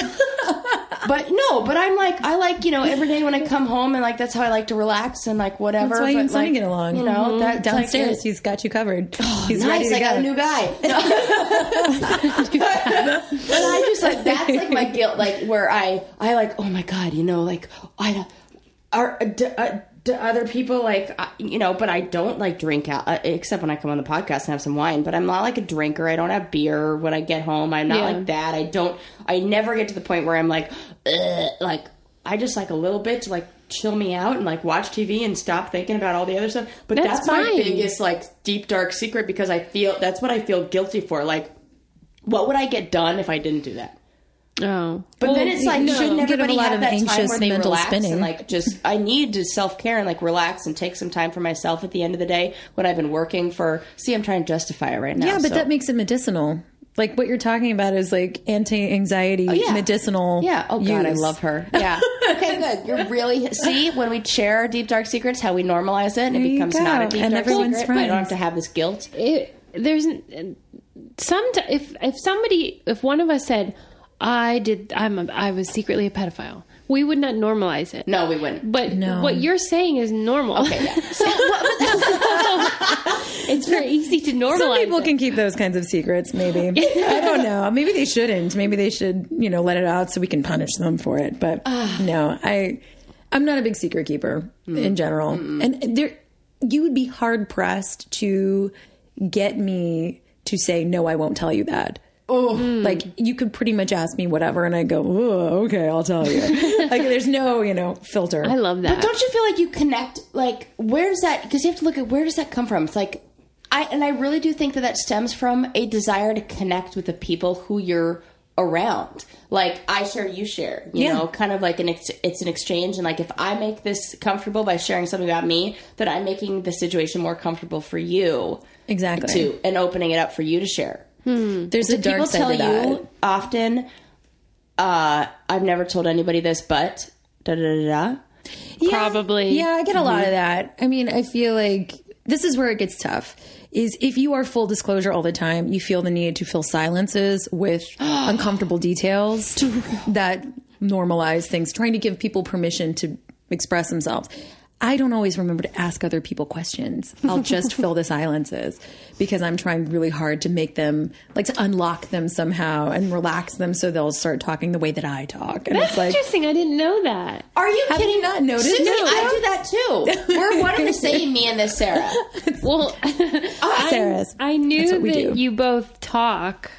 Speaker 3: but no, but I'm like I like you know every day when I come home and like that's how I like to relax and like whatever.
Speaker 2: That's why you
Speaker 3: but,
Speaker 2: and Sonny
Speaker 3: like,
Speaker 2: get along. Mm-hmm.
Speaker 3: You know that
Speaker 2: downstairs,
Speaker 3: Like, Oh,
Speaker 2: he's got you covered. he's
Speaker 3: Nice,
Speaker 2: ready to
Speaker 3: I got
Speaker 2: go.
Speaker 3: a new guy. but I just like that's like my guilt, like where I I like oh my god, you know, like I are uh, d- uh, d- other people like I, you know, but I don't like drink out uh, except when I come on the podcast and have some wine. But I'm not like a drinker. I don't have beer when I get home. I'm not
Speaker 1: Yeah.
Speaker 3: like that. I don't. I never get to the point where I'm like Ugh, like I just like a little bit to like chill me out and like watch TV and stop thinking about all the other stuff. But that's,
Speaker 1: That's
Speaker 3: my
Speaker 1: fine.
Speaker 3: biggest like deep dark secret because I feel that's what I feel guilty for. Like, what would I get done if I didn't do that?
Speaker 1: Oh.
Speaker 3: But then it's like,
Speaker 2: no.
Speaker 3: shouldn't
Speaker 2: You get a
Speaker 3: everybody
Speaker 2: lot
Speaker 3: have
Speaker 2: of
Speaker 3: that time
Speaker 2: anxious
Speaker 3: where they
Speaker 2: mental
Speaker 3: relax
Speaker 2: spinning.
Speaker 3: and like just? I need to self care and like relax and take some time for myself at the end of the day when I've been working for. See, I'm trying to justify it right now.
Speaker 2: yeah, but
Speaker 3: so-
Speaker 2: that makes it medicinal. Like what you're talking about is like anti-anxiety
Speaker 3: Oh, yeah.
Speaker 2: medicinal.
Speaker 3: Yeah. Oh God, I
Speaker 2: use.
Speaker 3: love her. Yeah. okay, good. You're really see when we share our deep dark secrets, how we normalize it, and
Speaker 2: There
Speaker 3: it
Speaker 2: you
Speaker 3: becomes
Speaker 2: go.
Speaker 3: not a deep
Speaker 2: And
Speaker 3: dark
Speaker 2: everyone's
Speaker 3: secret. but I don't have
Speaker 2: friends.
Speaker 3: to have this guilt.
Speaker 1: it, there's n- some if if somebody if one of us said I did I'm a, I was secretly a pedophile, we would not normalize it.
Speaker 3: No, we wouldn't.
Speaker 1: But what you're saying is normal. it's very easy to normalize.
Speaker 2: Some people
Speaker 1: it.
Speaker 2: can keep those kinds of secrets, maybe. I don't know. Maybe they shouldn't. Maybe they should, you know, let it out so we can punish them for it. But no, I, I'm not a big secret keeper in general. And there, you would be hard pressed to get me to say no. I won't tell you that. Oh, like you could pretty much ask me whatever, and I go, "Oh, okay, I'll tell you. like there's no, you know, filter.
Speaker 1: I love that.
Speaker 3: But don't you feel like you connect? Like, where does that? Because you have to look at where does that come from. It's like, I and I really do think that that stems from a desire to connect with the people who you're around. Like, I share, you share. You know, kind of like an ex- it's an exchange. And like, if I make this comfortable by sharing something about me, then I'm making the situation more comfortable for you
Speaker 2: exactly.
Speaker 3: to and opening it up for you to share.
Speaker 2: There's a dark
Speaker 3: People
Speaker 2: side
Speaker 3: tell
Speaker 2: to that.
Speaker 3: you often. Uh, I've never told anybody this, but da da da da.
Speaker 2: Yeah.
Speaker 1: Probably.
Speaker 2: Yeah, I get a lot of that. I mean, I feel like this is where it gets tough. Is if you are full disclosure all the time, you feel the need to fill silences with uncomfortable details that normalize things, trying to give people permission to express themselves. I don't always remember to ask other people questions. I'll just fill the silences because I'm trying really hard to make them like to unlock them somehow and relax them so they'll start talking the way that I talk. And
Speaker 1: That's
Speaker 2: it's like
Speaker 1: interesting. I didn't know that.
Speaker 3: Are you
Speaker 2: Have
Speaker 3: kidding?
Speaker 2: you not noticed
Speaker 3: Susie,
Speaker 2: that?
Speaker 3: I do that too. We're one of the same, me and this Sarah.
Speaker 1: Well,
Speaker 2: Sarah's.
Speaker 1: I knew
Speaker 2: what we
Speaker 1: that
Speaker 2: do.
Speaker 1: you both talk,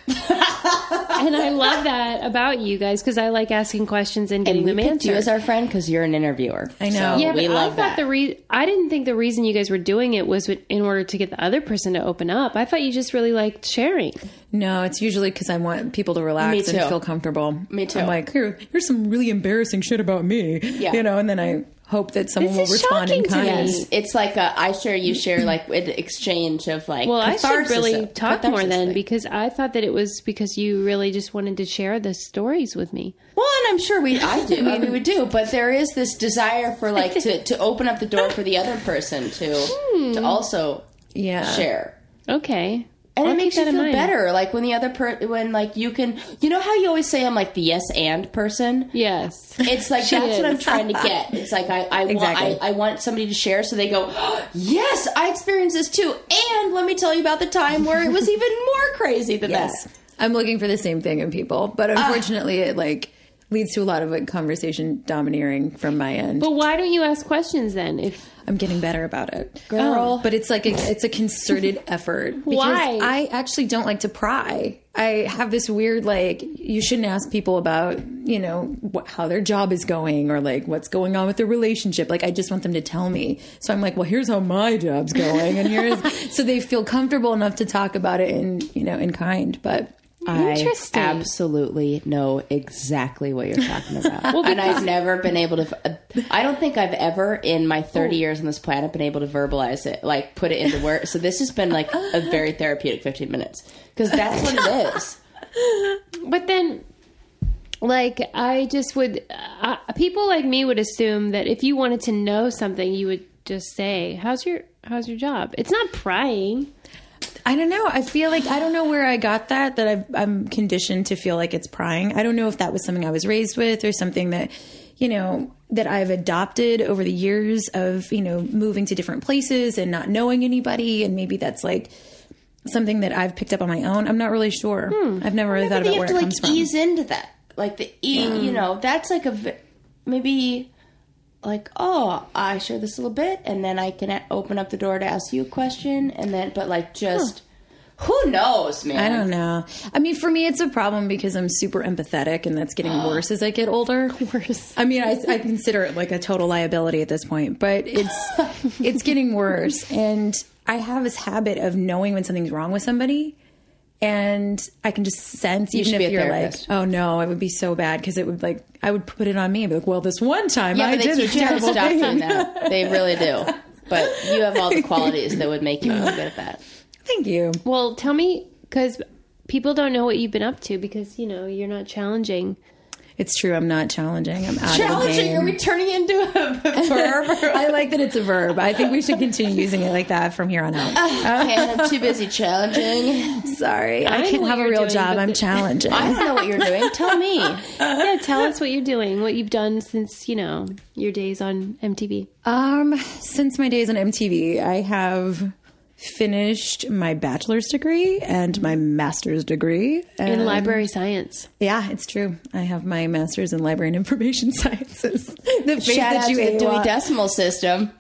Speaker 1: and I love that about you guys because I like asking questions and getting
Speaker 3: We
Speaker 1: them
Speaker 3: picked
Speaker 1: answered.
Speaker 3: you as our friend because you're an interviewer. I
Speaker 2: know.
Speaker 1: yeah,
Speaker 3: we
Speaker 1: but I
Speaker 3: love
Speaker 1: thought
Speaker 3: that.
Speaker 1: the re- I didn't think the reason you guys were doing it was with- in order to get the other person to open up. I thought you just really liked sharing.
Speaker 2: No, it's usually because I want people to
Speaker 3: Me
Speaker 2: relax and
Speaker 3: too.
Speaker 2: feel comfortable.
Speaker 3: Me too.
Speaker 2: I'm like, here, here's some really embarrassing shit about me. Yeah. You know, and then I hope that someone
Speaker 1: This
Speaker 2: will
Speaker 1: is
Speaker 2: respond in
Speaker 1: shocking to me.
Speaker 2: kind.
Speaker 3: It's- It's like a I share, you share, like an exchange of like.
Speaker 1: Well, I should
Speaker 3: catharsis- uh,
Speaker 1: really talk more
Speaker 3: catharsis
Speaker 1: then
Speaker 3: thing.
Speaker 1: because I thought that it was because you really just wanted to share the stories with me.
Speaker 3: Well, and I'm sure we I do. I mean, we do, but there is this desire for like to to open up the door for the other person to
Speaker 1: Hmm.
Speaker 3: to also
Speaker 2: Yeah.
Speaker 3: share.
Speaker 1: Okay.
Speaker 3: And
Speaker 1: I'll
Speaker 3: it
Speaker 1: keep
Speaker 3: makes you
Speaker 1: that in
Speaker 3: feel
Speaker 1: mind.
Speaker 3: better, like when the other per when like you can, you know how you always say I'm like the yes and person.
Speaker 1: Yes.
Speaker 3: It's like that's what I'm trying to get. It's like I, I
Speaker 2: Exactly.
Speaker 3: want I, I want somebody to share so they go, "Oh, Yes, I experienced this too. And let me tell you about the time where it was even more crazy than
Speaker 2: Yes.
Speaker 3: that.
Speaker 2: I'm looking for the same thing in people, but unfortunately, it like leads to a lot of like conversation domineering from my end.
Speaker 1: But why don't you ask questions then? If
Speaker 2: I'm getting better about it, girl. But it's like a, it's a concerted effort. Because
Speaker 1: Why?
Speaker 2: I actually don't like to pry. I have this weird like you shouldn't ask people about you know what, how their job is going or like what's going on with their relationship. Like I just want them to tell me. So I'm like, well, here's how my job's going, and here's so they feel comfortable enough to talk about it in you know in kind. But
Speaker 1: Interesting.
Speaker 3: I absolutely know exactly what you're talking about. and I've never been able to. I don't think I've ever, in my
Speaker 2: Oh.
Speaker 3: 30 years on this planet, been able to verbalize it, like put it into words. So this has been like a very therapeutic 15 minutes because that's what it is.
Speaker 1: but then like I just would uh, people like me would assume that if you wanted to know something you would just say, "How's your how's your job?" It's not prying.
Speaker 2: I don't know. I feel like I don't know where I got that. That I've, I'm conditioned to feel like it's prying. I don't know if that was something I was raised with or something that, you know, that I've adopted over the years of you know moving to different places and not knowing anybody, and maybe that's like something that I've picked up on my own. I'm not really sure. I've never really thought
Speaker 3: Hmm. Maybe
Speaker 2: about
Speaker 3: you
Speaker 2: where
Speaker 3: have
Speaker 2: it
Speaker 3: to like
Speaker 2: comes from. Mm.
Speaker 3: ease into that like the e you know that's like a v- maybe like oh i share this little bit and then i can a- open up the door to ask you a question and then but like just who knows man
Speaker 2: I don't know. I mean, for me, it's a problem because I'm super empathetic, and that's getting worse as I get older. Worse. I mean, I, I consider it like a total liability at this point, but it's it's getting worse, and I have this habit of knowing when something's wrong with somebody, and I can just sense even
Speaker 3: should be
Speaker 2: if
Speaker 3: a
Speaker 2: you're
Speaker 3: therapist.
Speaker 2: like, oh no, it would be so bad because it would like I would put it on me and be like, well, this one time
Speaker 3: yeah, but
Speaker 2: I
Speaker 3: they
Speaker 2: did this
Speaker 3: teach you how to
Speaker 2: terrible
Speaker 3: stop
Speaker 2: thing.
Speaker 3: doing that they really do but you have all the qualities that would make you really good at that
Speaker 2: Thank you.
Speaker 1: Well, tell me because people don't know what you've been up to because you know you're not challenging.
Speaker 2: It's true. I'm not challenging. I'm out
Speaker 3: Challenging? Are
Speaker 2: of the
Speaker 3: we
Speaker 2: game.
Speaker 3: turning it into a verb?
Speaker 2: I like that it's a verb. I think we should continue using it like that from here on out.
Speaker 3: okay, I'm too busy challenging.
Speaker 2: Uh, Sorry, I,
Speaker 1: know
Speaker 2: can
Speaker 1: what
Speaker 2: have a
Speaker 1: you're
Speaker 2: real
Speaker 1: doing,
Speaker 2: job.
Speaker 1: but
Speaker 2: I'm
Speaker 1: the-
Speaker 2: challenging.
Speaker 3: I don't know what you're doing. Tell me.
Speaker 1: yeah, tell us what you're doing, what you've done since you know your days on MTV.
Speaker 2: Um, since my days on MTV, I have finished my bachelor's degree and my master's degree. And
Speaker 1: in library science.
Speaker 2: yeah, it's true. I have my master's in library and information sciences. the face
Speaker 3: Shout
Speaker 2: that
Speaker 3: out to
Speaker 2: you
Speaker 3: the
Speaker 2: ate
Speaker 3: Dewey
Speaker 2: while-
Speaker 3: Decimal System.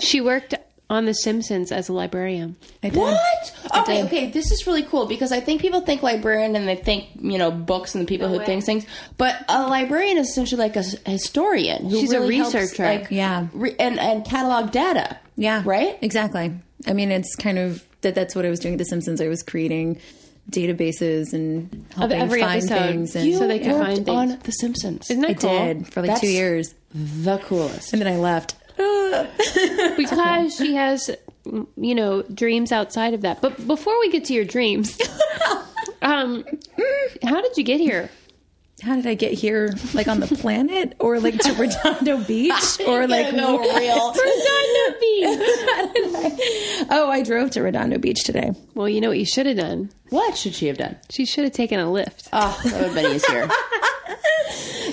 Speaker 1: She worked on The Simpsons as a librarian.
Speaker 2: I did.
Speaker 3: What? Okay, okay. This is really cool because I think people think librarian and they think you know books and the people who think things, but a librarian is essentially like a s- historian. Who
Speaker 1: She's a
Speaker 3: really helps,
Speaker 1: researcher.
Speaker 3: like,
Speaker 2: Yeah.
Speaker 3: re- and and catalog data.
Speaker 2: Yeah.
Speaker 3: right.
Speaker 2: Exactly. I mean, it's kind of that. That's what I was doing at The Simpsons. I was creating databases and helping
Speaker 1: every
Speaker 2: find
Speaker 1: episode.
Speaker 2: things. And
Speaker 1: You so they can
Speaker 3: worked
Speaker 1: find things.
Speaker 3: on The Simpsons.
Speaker 1: Isn't that
Speaker 2: I
Speaker 1: cool?
Speaker 2: did for like two
Speaker 3: That's-
Speaker 2: years,
Speaker 3: The coolest.
Speaker 2: and then I left.
Speaker 1: Because she has, mm, you know, dreams outside of that. But before we get to your dreams, um, how did you get here?
Speaker 2: how did I get here? Like on the planet, or like to Redondo Beach, or like
Speaker 3: no real.
Speaker 1: Redondo Beach.
Speaker 2: oh, I drove to Redondo Beach today.
Speaker 1: Well, you know what you should have done.
Speaker 3: What should she have done?
Speaker 1: She should have taken a lift.
Speaker 3: Oh, that would have been easier.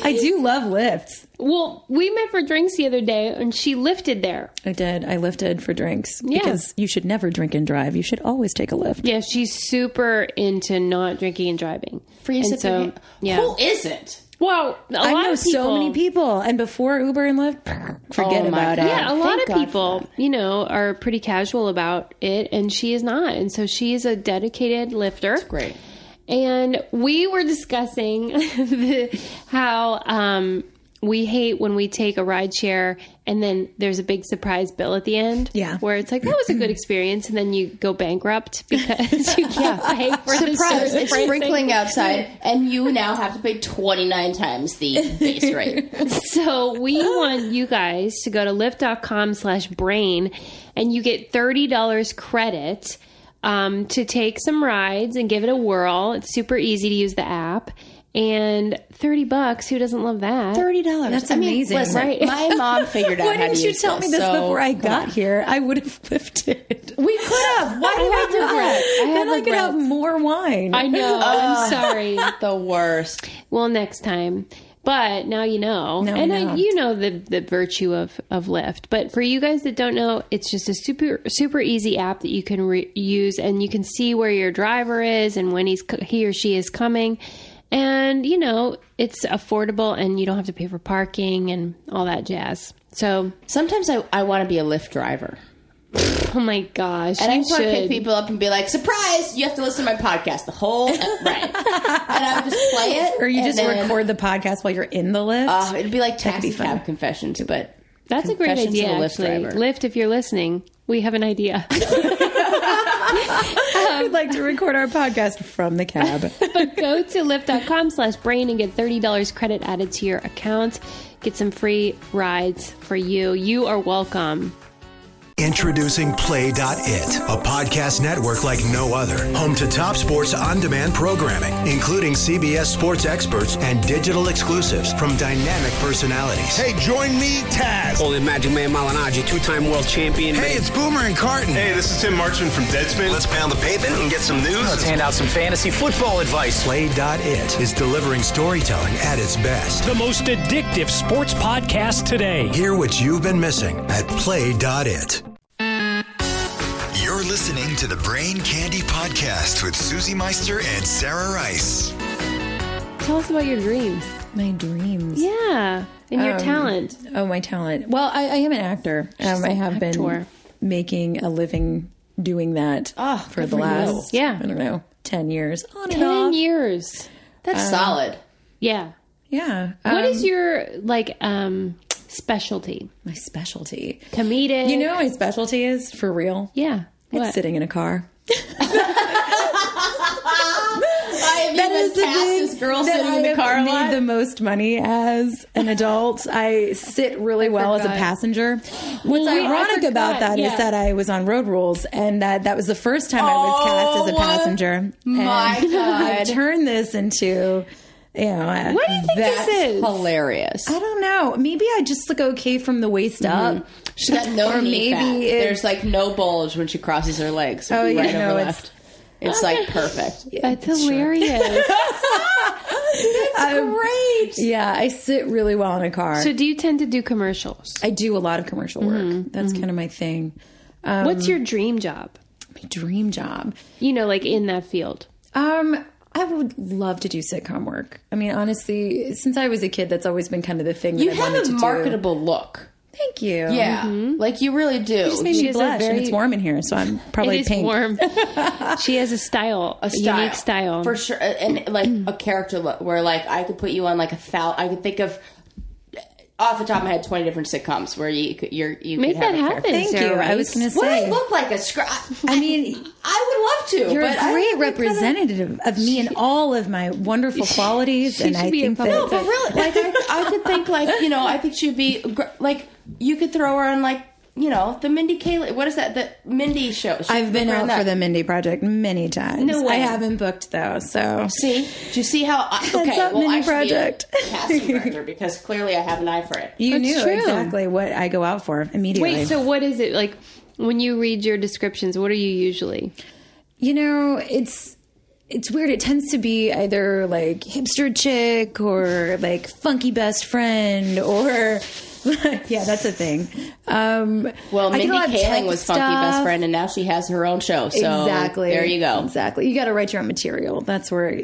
Speaker 2: I do love lifts.
Speaker 1: well, we met for drinks the other day, and she lifted there.
Speaker 2: I did. I lifted for drinks
Speaker 1: Yeah.
Speaker 2: because you should never drink and drive. You should always take a lift.
Speaker 1: Yeah, she's super into not drinking and driving.
Speaker 3: Freeze
Speaker 1: and
Speaker 3: up your
Speaker 1: so,
Speaker 3: hand.
Speaker 1: yeah.
Speaker 3: Who isn't?
Speaker 1: Well, a
Speaker 2: I
Speaker 1: lot
Speaker 2: know
Speaker 1: of people,
Speaker 2: so many people, and before Uber and Lyft, forget
Speaker 3: Oh my
Speaker 2: about
Speaker 3: God.
Speaker 2: it.
Speaker 1: Yeah, a lot
Speaker 3: Thank
Speaker 1: of
Speaker 3: God for
Speaker 1: people, you know, are pretty casual about it, and she is not. And so she is a dedicated lifter.
Speaker 3: Great.
Speaker 1: And we were discussing the, how um, we hate when we take a ride share and then there's a big surprise bill at the end.
Speaker 2: Yeah.
Speaker 1: Where it's like, that was a good experience. And then you go bankrupt because you can't pay for the
Speaker 3: Surprise! It's
Speaker 1: surprise.
Speaker 3: sprinkling outside, and you now have to pay twenty nine times the base rate.
Speaker 1: So we want you guys to go to lyft.com slash brain and you get $30 credit um, to take some rides and give it a whirl. It's super easy to use the app. And 30 bucks, who doesn't love that?
Speaker 3: Thirty dollars.
Speaker 2: That's
Speaker 3: I mean,
Speaker 2: amazing.
Speaker 3: listen,
Speaker 1: Right.
Speaker 3: my mom figured out.
Speaker 2: Why
Speaker 3: how to
Speaker 2: didn't you
Speaker 3: use
Speaker 2: tell me this
Speaker 3: so-
Speaker 2: before I got here? I would have lifted.
Speaker 3: We could have. Why did I, do that?
Speaker 1: I have
Speaker 2: then I could have
Speaker 1: regrets.
Speaker 2: more wine.
Speaker 1: I know. I'm sorry.
Speaker 3: The worst.
Speaker 1: Well, next time. But now you know,
Speaker 2: Now we
Speaker 1: and I,
Speaker 2: know.
Speaker 1: you know the the virtue of of Lyft. But for you guys that don't know, it's just a super super easy app that you can re- use, and you can see where your driver is and when he's co- he or she is coming, and you know it's affordable, and you don't have to pay for parking and all that jazz. So,
Speaker 3: Sometimes I, I want to be a Lyft driver.
Speaker 1: oh my gosh,
Speaker 3: And I
Speaker 1: you
Speaker 3: just want to pick
Speaker 1: should.
Speaker 3: people up and be like, surprise, you have to listen to my podcast the whole right. and I would just play it.
Speaker 2: or you
Speaker 3: and
Speaker 2: just
Speaker 3: then-
Speaker 2: record the podcast while you're in the lift.
Speaker 3: Oh, it'd be like
Speaker 2: That'd be
Speaker 3: taxi cab
Speaker 2: fun.
Speaker 3: confessions, but
Speaker 1: That's a great
Speaker 3: Confessions
Speaker 1: idea.
Speaker 3: of a Lyft
Speaker 1: actually,
Speaker 3: driver.
Speaker 1: Lyft, if you're listening, we have an idea.
Speaker 2: I'd like to record our podcast from the cab.
Speaker 1: go to lyft.com slash brain and get $30 credit added to your account get some free rides for you you are welcome
Speaker 6: Introducing Play.it, a podcast network like no other, home to top sports on demand programming, including CBS sports experts and digital exclusives from dynamic personalities.
Speaker 7: Hey, join me, Taz.
Speaker 8: Holy Magic Man Malinaji, two-time world champion.
Speaker 6: Hey, it's Boomer and Carton.
Speaker 7: Hey, this is Tim Marchman from Deadspin.
Speaker 6: let's pound the pavement and get some news.
Speaker 8: Let's hand out some fantasy football advice.
Speaker 6: Play.it is delivering storytelling at its best.
Speaker 8: The most addictive sports podcast today.
Speaker 6: Hear what you've been missing at Play.it. You're listening to the Brain Candy Podcast with Susie Meister and Sarah Rice.
Speaker 1: tell us about your dreams
Speaker 2: My dreams.
Speaker 1: yeah and your talent
Speaker 2: Oh, my talent. Well, I, I am an actor. Um, I have
Speaker 1: actor. Ah,
Speaker 2: been making a living doing that
Speaker 3: oh,
Speaker 2: for the last,
Speaker 1: Yeah.
Speaker 2: I don't know, 10 years on and
Speaker 1: 10
Speaker 2: off.
Speaker 1: years
Speaker 3: that's
Speaker 2: Uh,
Speaker 3: solid.
Speaker 1: yeah
Speaker 2: Yeah. Um,
Speaker 1: What is your like um specialty
Speaker 2: my specialty?
Speaker 1: comedic
Speaker 2: You know what my specialty is for real?
Speaker 1: yeah
Speaker 2: It's sitting in a car.
Speaker 3: I have
Speaker 2: That
Speaker 3: even
Speaker 2: is the
Speaker 3: passed
Speaker 2: thing
Speaker 3: this girl
Speaker 2: that
Speaker 3: sitting in the
Speaker 2: I have
Speaker 3: car a
Speaker 2: made
Speaker 3: lot.
Speaker 2: the most money as an adult. I sit really well as a
Speaker 3: forgot.
Speaker 2: passenger. What's
Speaker 3: Well, we- I
Speaker 2: ironic
Speaker 3: forgot,
Speaker 2: about that is
Speaker 3: yeah.
Speaker 2: that I was on road rules, and that that was the first time I was cast as a
Speaker 3: Oh,
Speaker 2: passenger.
Speaker 3: my
Speaker 2: and
Speaker 3: God.
Speaker 2: I've turned this into. You know, what do you think
Speaker 3: this is? hilarious.
Speaker 2: I don't know. Maybe I just look okay from the waist up.
Speaker 3: She's Mm-hmm. got no
Speaker 2: or
Speaker 3: knee
Speaker 2: maybe
Speaker 3: fat.
Speaker 2: it's-
Speaker 3: There's like no bulge when she crosses her legs.
Speaker 2: Oh,
Speaker 3: right
Speaker 2: yeah,
Speaker 3: over
Speaker 2: no, it's-
Speaker 3: left. It's like perfect.
Speaker 1: That's hilarious.
Speaker 2: That's great. Yeah, I sit really well in a car.
Speaker 1: so, do you tend to do commercials?
Speaker 2: I do a lot of commercial work.
Speaker 3: Mm-hmm.
Speaker 2: That's kind of my thing. Um,
Speaker 1: What's your dream job?
Speaker 2: My dream job.
Speaker 1: You know, like in that field.
Speaker 2: Um, I would love to do sitcom work. I mean, honestly, since I was a kid, that's always been kind of the thing.
Speaker 3: You
Speaker 2: that I
Speaker 3: have
Speaker 2: wanted
Speaker 3: a
Speaker 2: to do.
Speaker 3: marketable look.
Speaker 2: Thank you.
Speaker 3: Yeah, like you really do.
Speaker 2: You just made me blush, and it's warm in here, so I'm probably
Speaker 1: it is
Speaker 2: pink.
Speaker 1: warm. she has a style, a
Speaker 3: style.
Speaker 1: unique style.
Speaker 3: for sure, and like a character look where like I could put you on like a foul. I could think of off the top of my head twenty different sitcoms where you could you're, you
Speaker 1: Make
Speaker 3: could have
Speaker 1: that
Speaker 3: a character.
Speaker 1: happen.
Speaker 2: Thank
Speaker 1: Sarah
Speaker 2: you. I
Speaker 1: Rice.
Speaker 2: was going to
Speaker 3: What do I
Speaker 2: say.
Speaker 3: look like a scrap?
Speaker 2: I mean,
Speaker 3: I would love to.
Speaker 2: you're
Speaker 3: but I
Speaker 2: a great
Speaker 3: think that-
Speaker 2: representative of me and all of my wonderful qualities, and
Speaker 1: should
Speaker 2: I
Speaker 1: be a
Speaker 2: think
Speaker 1: public
Speaker 2: that
Speaker 3: But really, like I, I could think like you know, I think she'd be gr- like you could throw her on like you know the Mindy Kaling. What is that? The Mindy show. She
Speaker 2: I've
Speaker 3: could
Speaker 2: been
Speaker 3: throw her in
Speaker 2: out
Speaker 3: that.
Speaker 2: for the Mindy Project many times.
Speaker 3: No way.
Speaker 2: I haven't booked though, so
Speaker 3: See, do you see how? I, okay,
Speaker 2: up,
Speaker 3: well, I
Speaker 2: Mindy
Speaker 3: should
Speaker 2: Project.
Speaker 3: be a casting director because clearly I have an eye for it.
Speaker 2: you
Speaker 1: That's
Speaker 2: knew
Speaker 1: true.
Speaker 2: exactly what I go out for immediately.
Speaker 1: Wait, so what is it like when you read your descriptions? What are you usually?
Speaker 2: you know it's it's weird it tends to be either like hipster chick or like funky best friend or yeah that's a thing um
Speaker 3: Well,
Speaker 2: I get
Speaker 3: Mindy
Speaker 2: a lot of tech
Speaker 3: Kaling was funky best
Speaker 2: stuff.
Speaker 3: friend, and now she has her own show. So
Speaker 2: exactly
Speaker 3: there you go.
Speaker 2: exactly you got to write your own material that's where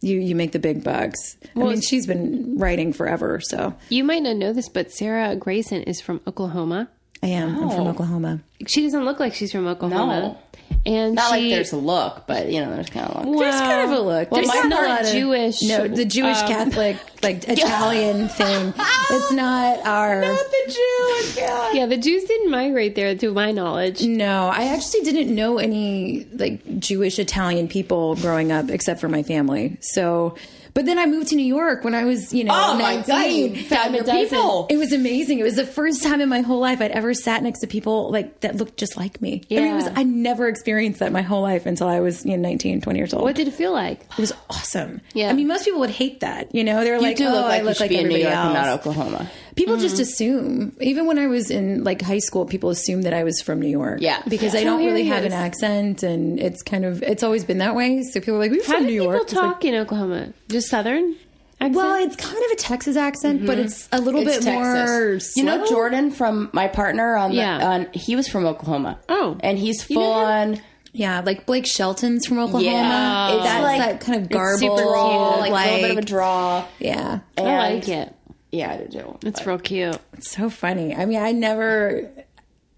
Speaker 2: you you make the big bucks i mean she's been writing forever so
Speaker 1: You might not know this, but Sarah Grayson is from Oklahoma.
Speaker 2: i am i'm
Speaker 3: Oh.
Speaker 2: from oklahoma
Speaker 1: She doesn't look like she's from Oklahoma. And
Speaker 3: Not
Speaker 1: she,
Speaker 3: like there's a look, but you know, there's kind of a look.
Speaker 2: There's kind of a look.
Speaker 1: Well,
Speaker 2: There's
Speaker 1: mine's
Speaker 2: not
Speaker 1: not
Speaker 2: a lot of-
Speaker 1: Jewish.
Speaker 2: No, the Jewish
Speaker 1: um,
Speaker 2: Catholic, like Italian thing. It's not our.
Speaker 3: the Jew.
Speaker 1: Yeah, the Jews didn't migrate there, to my knowledge.
Speaker 2: No, I actually didn't know any like Jewish Italian people growing up except for my family. So, but then I moved to New York when I was, you know,
Speaker 3: Oh my god,
Speaker 2: 19.
Speaker 3: you found your people.
Speaker 2: It was amazing. It was the first time in my whole life I'd ever sat next to people like that looked just like me. I mean, it was
Speaker 1: Yeah.
Speaker 2: I never experienced that my whole life until I was you know, 19, 20 years old.
Speaker 1: What did it feel like?
Speaker 2: it was awesome.
Speaker 1: Yeah.
Speaker 2: I mean, most people would hate that. You know, they're
Speaker 3: You
Speaker 2: like,
Speaker 3: do
Speaker 2: oh,
Speaker 3: look like
Speaker 2: I
Speaker 3: you
Speaker 2: look
Speaker 3: should
Speaker 2: like
Speaker 3: be in New
Speaker 2: everybody
Speaker 3: York and not
Speaker 2: else.
Speaker 3: Oklahoma.
Speaker 2: People
Speaker 3: Mm-hmm.
Speaker 2: just assume. Even when I was in like high school, people assumed that I was from New York.
Speaker 3: Yeah.
Speaker 2: because I
Speaker 1: Oh,
Speaker 2: don't
Speaker 1: here
Speaker 2: really
Speaker 1: he
Speaker 2: have an
Speaker 1: is.
Speaker 2: accent, and it's kind of it's always been that way. So people are like, "We're
Speaker 1: How
Speaker 2: from
Speaker 1: do
Speaker 2: New
Speaker 1: people
Speaker 2: York." It's like-
Speaker 1: talk in Oklahoma? Just Southern? Accent?
Speaker 2: well, it's kind of a Texas accent, but it's a little
Speaker 3: Mm-hmm. It's
Speaker 2: bit
Speaker 3: Texas.
Speaker 2: more.
Speaker 3: You know
Speaker 2: subtle.
Speaker 3: Jordan from my partner on the
Speaker 1: Yeah.
Speaker 3: on he was from Oklahoma.
Speaker 1: Oh.
Speaker 3: And he's
Speaker 1: You know
Speaker 3: full
Speaker 1: him?
Speaker 3: on
Speaker 2: Yeah, like Blake Shelton's from Oklahoma.
Speaker 3: Yeah. It's
Speaker 2: that's
Speaker 3: like-
Speaker 2: that kind of garbled,
Speaker 1: super cute,
Speaker 3: draw, like, a little bit of a draw.
Speaker 2: Yeah,
Speaker 1: I
Speaker 3: and-
Speaker 1: like it.
Speaker 3: Yeah, I do too.
Speaker 1: It's real cute.
Speaker 2: it's so funny. I mean, I never.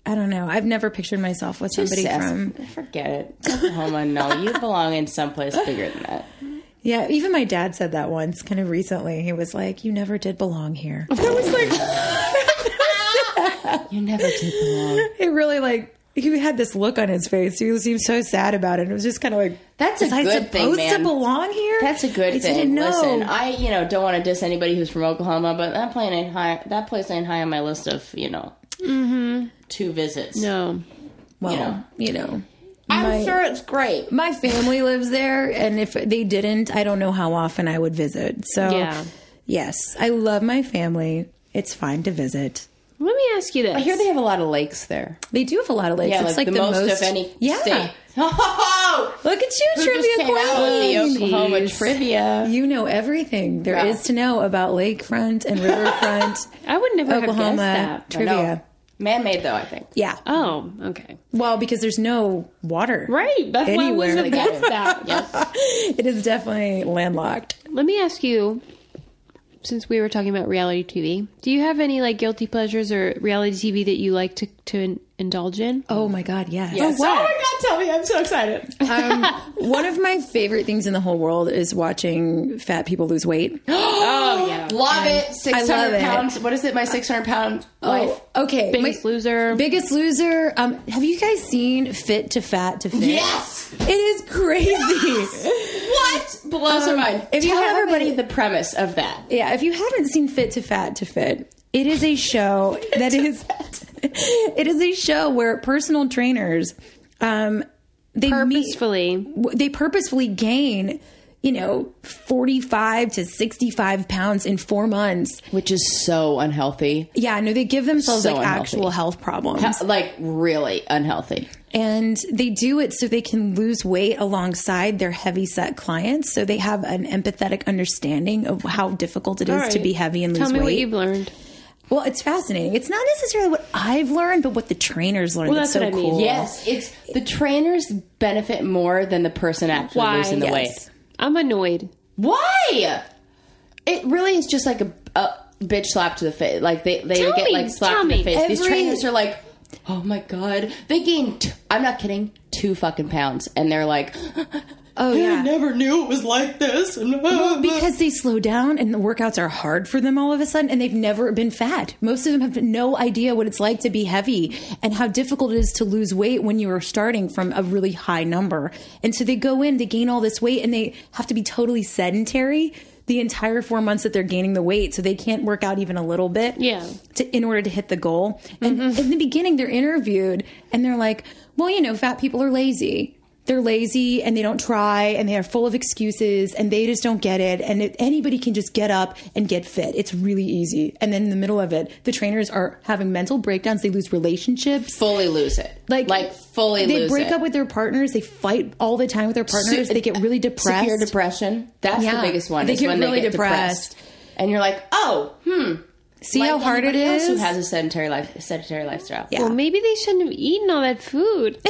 Speaker 2: I don't know. I've never pictured myself with somebody from
Speaker 3: Forget it. Oklahoma, no, you belong in someplace bigger than that.
Speaker 2: Yeah, even my dad said that once, kind of recently. He was like, "You never did belong here." I was like,
Speaker 3: You never did belong.
Speaker 2: it really like he had this look on his face. He was, he was so sad about it. It was just kind of like,
Speaker 3: That's a
Speaker 2: "Was I
Speaker 3: good thing,
Speaker 2: supposed
Speaker 3: man."
Speaker 2: to belong here.
Speaker 3: That's a good
Speaker 2: I
Speaker 3: thing.
Speaker 2: Didn't know.
Speaker 3: Listen, I you know don't want to diss anybody who's from Oklahoma, but that plane ain't high. That place ain't high on my list of you know two visits.
Speaker 1: No.
Speaker 2: well,
Speaker 3: know.
Speaker 2: you know,
Speaker 3: I'm
Speaker 2: my-
Speaker 3: sure it's great.
Speaker 2: my family lives there, and if they didn't, I don't know how often I would visit. So,
Speaker 1: Yeah.
Speaker 2: yes, I love my family. It's fine to visit.
Speaker 1: Let me ask you this.
Speaker 3: I hear they have a lot of lakes there.
Speaker 2: They do have a lot of lakes.
Speaker 3: Yeah,
Speaker 2: it's
Speaker 3: like, the, most, of any
Speaker 2: yeah.
Speaker 3: state.
Speaker 2: Look at you,
Speaker 3: Who
Speaker 2: trivia
Speaker 3: just came
Speaker 2: queen.
Speaker 3: out with the Oklahoma
Speaker 1: Jeez.
Speaker 3: trivia.
Speaker 2: You know everything there is
Speaker 3: Yeah.
Speaker 2: to know about lakefront and riverfront,
Speaker 1: I would never have
Speaker 2: Oklahoma
Speaker 1: guessed that.
Speaker 2: trivia.
Speaker 3: Man made though, I think.
Speaker 2: Yeah.
Speaker 1: Oh, okay.
Speaker 2: Well, because there's no water.
Speaker 1: Right. That's why I
Speaker 2: Anywhere.
Speaker 1: wouldn't have guessed that.
Speaker 2: It is definitely landlocked.
Speaker 1: Let me ask you, since we were talking about reality TV, do you have any like guilty pleasures or reality TV that you like to to in- indulge in?
Speaker 2: Oh my god, yes.
Speaker 1: Oh, wow.
Speaker 3: God, tell me. I'm so excited.
Speaker 2: Um, one of my favorite things in the whole world is watching fat people lose weight.
Speaker 3: oh yeah, love it.
Speaker 2: I
Speaker 3: Six
Speaker 2: love
Speaker 3: hundred
Speaker 2: it.
Speaker 3: pounds. What is it? My six hundred pound life.
Speaker 2: Oh, okay.
Speaker 3: Biggest
Speaker 1: Loser.
Speaker 2: Biggest Loser. Um, have you guys seen Fit to Fat to Fit?
Speaker 3: Yes!
Speaker 2: It is crazy.
Speaker 3: What blows
Speaker 2: Um,
Speaker 3: my mind?
Speaker 2: if you
Speaker 3: Tell
Speaker 2: haven't-
Speaker 3: everybody the premise of that.
Speaker 2: Yeah, if you haven't seen Fit to Fat to Fit, it is a show that is it is a show where personal trainers um they
Speaker 1: purposefully
Speaker 2: they purposefully gain you know 45 to 65 pounds in 4 months
Speaker 3: which is so unhealthy
Speaker 2: yeah no they give themselves
Speaker 3: So
Speaker 2: like
Speaker 3: unhealthy.
Speaker 2: actual health problems
Speaker 3: How- like really unhealthy.
Speaker 2: and they do it so they can lose weight alongside their heavy set clients so they have an empathetic understanding of how difficult it is
Speaker 1: All
Speaker 2: to
Speaker 1: right.
Speaker 2: be heavy and lose
Speaker 1: Tell me
Speaker 2: weight
Speaker 1: what you've learned.
Speaker 2: well it's fascinating it's not necessarily what i've learned but what the trainers learned
Speaker 1: Well,
Speaker 2: that's,
Speaker 1: that's
Speaker 2: so
Speaker 1: what I mean.
Speaker 2: cool
Speaker 3: Yes, it's the trainers benefit more than the person actually
Speaker 1: Why?
Speaker 3: losing the
Speaker 1: Yes.
Speaker 3: weight.
Speaker 1: I'm annoyed.
Speaker 3: Why? It really is just like a, a bitch slap to the face. Like they they
Speaker 1: Tell
Speaker 3: get
Speaker 1: me,
Speaker 3: like slapped
Speaker 1: tell
Speaker 3: in the
Speaker 1: me.
Speaker 3: face. These
Speaker 1: Every-
Speaker 3: trainers are like, oh my god, they gained. T- I'm not kidding. Two fucking pounds, and they're like,
Speaker 2: oh yeah
Speaker 3: never knew it was like this.
Speaker 2: Well, because they slow down and the workouts are hard for them all of a sudden, and they've never been fat. Most of them have no idea what it's like to be heavy and how difficult it is to lose weight when you are starting from a really high number. And so they go in, they gain all this weight, and they have to be totally sedentary the entire four months that they're gaining the weight. So they can't work out even a little bit
Speaker 1: Yeah.
Speaker 2: to, in order to hit the goal. And
Speaker 3: Mm-hmm.
Speaker 2: in the beginning, they're interviewed and they're like, well, you know, fat people are lazy. They're lazy and they don't try and they are full of excuses and they just don't get it. And if anybody can just get up and get fit. It's really easy. And then in the middle of it, the trainers are having mental breakdowns. They lose relationships.
Speaker 3: fully lose it. Like like fully
Speaker 2: They
Speaker 3: lose
Speaker 2: break
Speaker 3: it.
Speaker 2: up with their partners. They fight all the time with their partners. they get really depressed.
Speaker 3: Severe depression. That's
Speaker 2: Yeah.
Speaker 3: the biggest one.
Speaker 2: They
Speaker 3: is
Speaker 2: get
Speaker 3: when
Speaker 2: really
Speaker 3: they get depressed. And you're like, oh, hmm.
Speaker 2: See how hard it
Speaker 3: anybody else Who
Speaker 2: is?
Speaker 3: has a sedentary life, sedentary lifestyle?
Speaker 2: Yeah.
Speaker 1: Well, maybe they shouldn't have eaten all that food.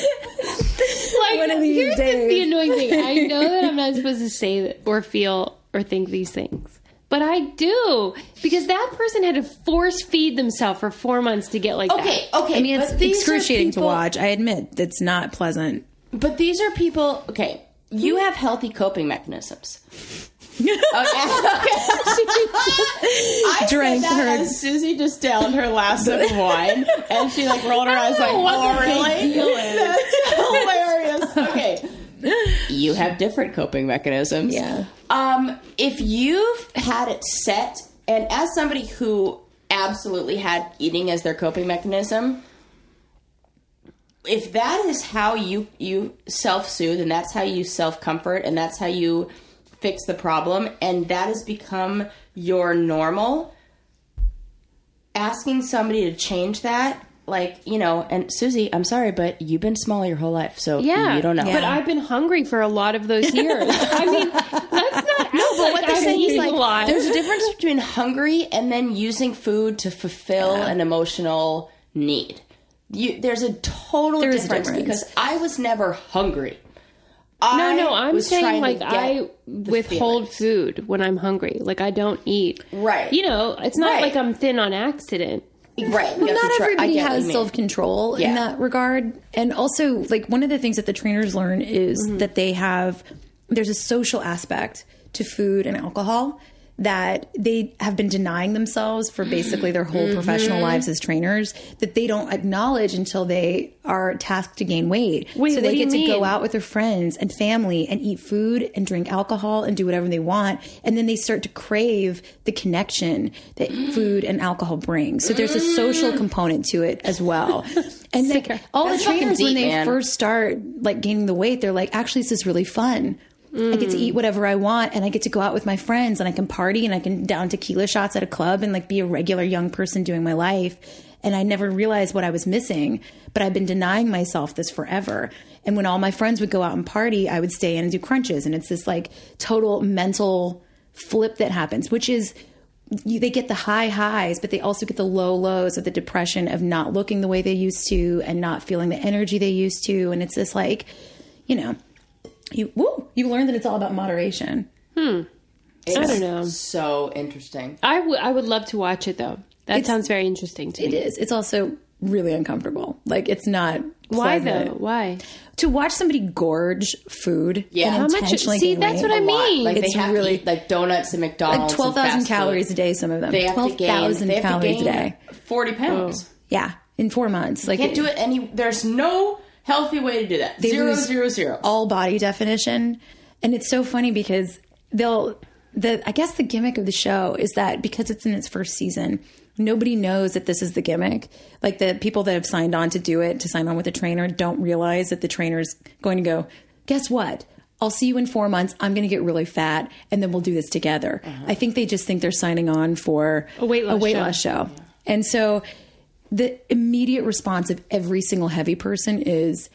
Speaker 1: like
Speaker 2: One of these
Speaker 1: here's the- The,
Speaker 2: days.
Speaker 1: annoying thing. I know that I'm not supposed to say that or feel or think these things. But I do because that person had to force feed themselves for four months to get like
Speaker 3: Okay,
Speaker 1: that.
Speaker 3: okay.
Speaker 2: I mean, it's
Speaker 3: but these are
Speaker 2: excruciating
Speaker 3: people,
Speaker 2: to watch. I admit it's not pleasant.
Speaker 3: But these are people. Okay, you have healthy coping mechanisms. I
Speaker 2: Drank
Speaker 3: said that
Speaker 2: her-
Speaker 3: as Susie just downed her last sip of wine, and she like rolled her eyes like, "Oh, really? That's hilarious." Okay, you have different coping mechanisms.
Speaker 2: Yeah.
Speaker 3: Um, if you've had it set, and as somebody who absolutely had eating as their coping mechanism, if that is how you you self soothe and that's how you self comfort and that's how you fix the problem and that has become your normal asking somebody to change that like you know and susie i'm sorry but you've been small your whole life so
Speaker 1: Yeah,
Speaker 3: you don't know
Speaker 1: But I've been hungry for a lot of those years. I mean, that's not no.
Speaker 3: but what they're
Speaker 1: I've
Speaker 3: saying is
Speaker 1: eaten
Speaker 3: like
Speaker 1: a lot.
Speaker 3: there's a difference between hungry and then using food to fulfill an emotional need. You, there's a total
Speaker 2: There is a
Speaker 3: difference,
Speaker 2: difference.
Speaker 3: because I was never hungry.
Speaker 1: No,
Speaker 3: I
Speaker 1: no, I'm
Speaker 3: was
Speaker 1: saying
Speaker 3: trying to
Speaker 1: like
Speaker 3: get
Speaker 1: I
Speaker 3: the
Speaker 1: withhold
Speaker 3: feelings.
Speaker 1: food when I'm hungry. Like I don't eat.
Speaker 3: Right.
Speaker 1: You know, it's not
Speaker 3: Right.
Speaker 1: like I'm thin on accident.
Speaker 3: Right.
Speaker 2: Well,
Speaker 3: you have
Speaker 2: not
Speaker 3: to try- I
Speaker 2: everybody
Speaker 3: get what you
Speaker 2: has
Speaker 3: mean.
Speaker 2: self control in
Speaker 3: Yeah.
Speaker 2: that regard. And also, like, one of the things that the trainers learn is
Speaker 3: Mm-hmm.
Speaker 2: that they have, there's a social aspect to food and alcohol that they have been denying themselves for basically their
Speaker 3: Mm-hmm.
Speaker 2: whole professional lives as trainers that they don't acknowledge until they are tasked to gain weight.
Speaker 1: Wait,
Speaker 2: so they
Speaker 1: what do
Speaker 2: get
Speaker 1: you
Speaker 2: to go
Speaker 1: mean?
Speaker 2: out with their friends and family and eat food and drink alcohol and do whatever they want. And then they start to crave the connection that food and alcohol brings. So there's a social component to it as well. And like all
Speaker 3: That's
Speaker 2: the trainers,
Speaker 3: fucking
Speaker 2: when
Speaker 3: deep,
Speaker 2: they
Speaker 3: man.
Speaker 2: first start like gaining the weight, they're like, actually, this is really fun. I get to eat whatever I want and I get to go out with my friends and I can party and I can down tequila shots at a club and like be a regular young person doing my life. And I never realized what I was missing, but I've been denying myself this forever. And when all my friends would go out and party, I would stay in and do crunches. And it's this like total mental flip that happens, which is you, they get the high highs, but they also get the low lows of the depression of not looking the way they used to and not feeling the energy they used to. And it's this like, you know, you woo, you learn that it's all about moderation.
Speaker 1: I don't know.
Speaker 3: So interesting.
Speaker 1: I, w- I would love to watch it though. That sounds very interesting to
Speaker 2: It is. It's also really uncomfortable. Like it's not.
Speaker 1: Why,
Speaker 2: pleasant.
Speaker 1: though? Why?
Speaker 2: To watch somebody gorge food.
Speaker 3: Yeah.
Speaker 2: and
Speaker 3: How much-
Speaker 2: intentionally
Speaker 3: see,
Speaker 2: gain
Speaker 3: that's
Speaker 2: weight.
Speaker 3: what I
Speaker 2: A lot.
Speaker 3: mean. Like, they
Speaker 2: it's
Speaker 3: have to
Speaker 2: really
Speaker 3: eat, like, donuts and McDonald's
Speaker 2: Like
Speaker 3: and
Speaker 2: twelve thousand
Speaker 3: fast food.
Speaker 2: calories a day. Some of them.
Speaker 3: They have to
Speaker 2: twelve
Speaker 3: gain-
Speaker 2: thousand
Speaker 3: they have to
Speaker 2: calories
Speaker 3: gain
Speaker 2: a day. Oh.
Speaker 3: 40 pounds.
Speaker 2: Yeah, in four months. Like
Speaker 3: Can't do it any. There's no healthy way to do that.
Speaker 2: They
Speaker 3: Zero,
Speaker 2: lose
Speaker 3: zero, zero.
Speaker 2: all body definition and it's so funny because they'll the i guess the gimmick of the show is that because it's in its first season nobody knows that this is the gimmick like the people that have signed on to do it to sign on with a trainer don't realize that the trainer is going to go guess what I'll see you in four months. I'm going to get really fat, and then we'll do this together. I think they just think they're signing on for a
Speaker 1: weight loss show.
Speaker 2: loss show. And so, the immediate response of every single heavy person is,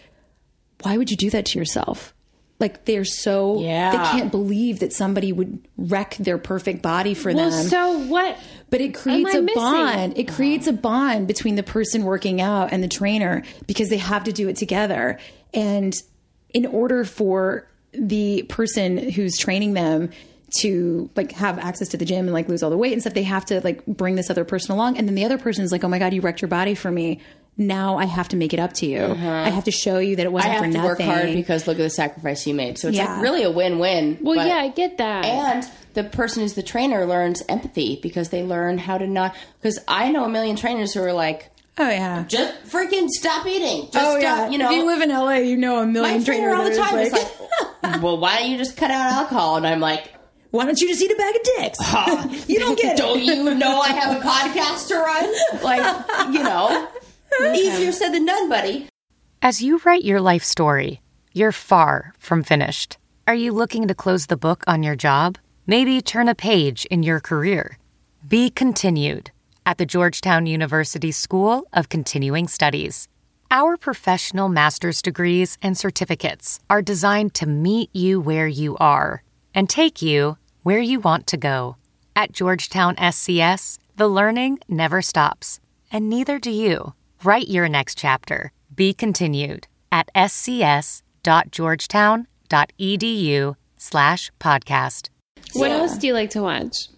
Speaker 2: why would you do that to yourself? Like they're so
Speaker 3: Yeah.
Speaker 2: they can't believe that somebody would wreck their perfect body for
Speaker 3: Um,
Speaker 1: Well,
Speaker 2: them.
Speaker 1: so what?
Speaker 2: but it creates
Speaker 1: I
Speaker 2: a
Speaker 1: missing?
Speaker 2: bond. It
Speaker 3: Oh.
Speaker 2: creates a bond between the person working out and the trainer because they have to do it together. And in order for the person who's training them to like have access to the gym and like lose all the weight and stuff, they have to like bring this other person along. And then the other person is like, "Oh my god, you wrecked your body for me." Now I have to make it up to you. I have to show you that it
Speaker 3: Uh-huh. I
Speaker 2: wasn't
Speaker 3: have
Speaker 2: for
Speaker 3: to work
Speaker 2: nothing.
Speaker 3: hard because look at the sacrifice you made. So it's
Speaker 2: Yeah.
Speaker 3: like really a win-win.
Speaker 1: Well,
Speaker 3: but-
Speaker 1: yeah, I get that.
Speaker 3: And the person who's the trainer learns empathy because they learn how to not. Because I know a million trainers who are like,
Speaker 2: Oh yeah.
Speaker 3: just freaking stop eating. Just stop,
Speaker 2: oh yeah.
Speaker 3: you know.
Speaker 2: if you live in LA, you know a
Speaker 3: my
Speaker 2: million
Speaker 3: trainer all the
Speaker 2: trainers,
Speaker 3: time is like, well, why don't you just cut out alcohol? And I'm like, "Ah,
Speaker 2: why don't you just eat a bag of dicks? you don't get
Speaker 3: don't
Speaker 2: it.
Speaker 3: you know I have a podcast to run? Like, you know, easier said than done, buddy.
Speaker 9: As you write your life story, you're far from finished. Are you looking to close the book on your job? Maybe turn a page in your career? Be continued at the Georgetown University School of Continuing Studies. Our professional master's degrees and certificates are designed to meet you where you are and take you where you want to go. At Georgetown SCS, the learning never stops, and neither do you. Write your next chapter. Be continued at scs.georgetown.edu E slash podcast.
Speaker 1: What else do you like to watch?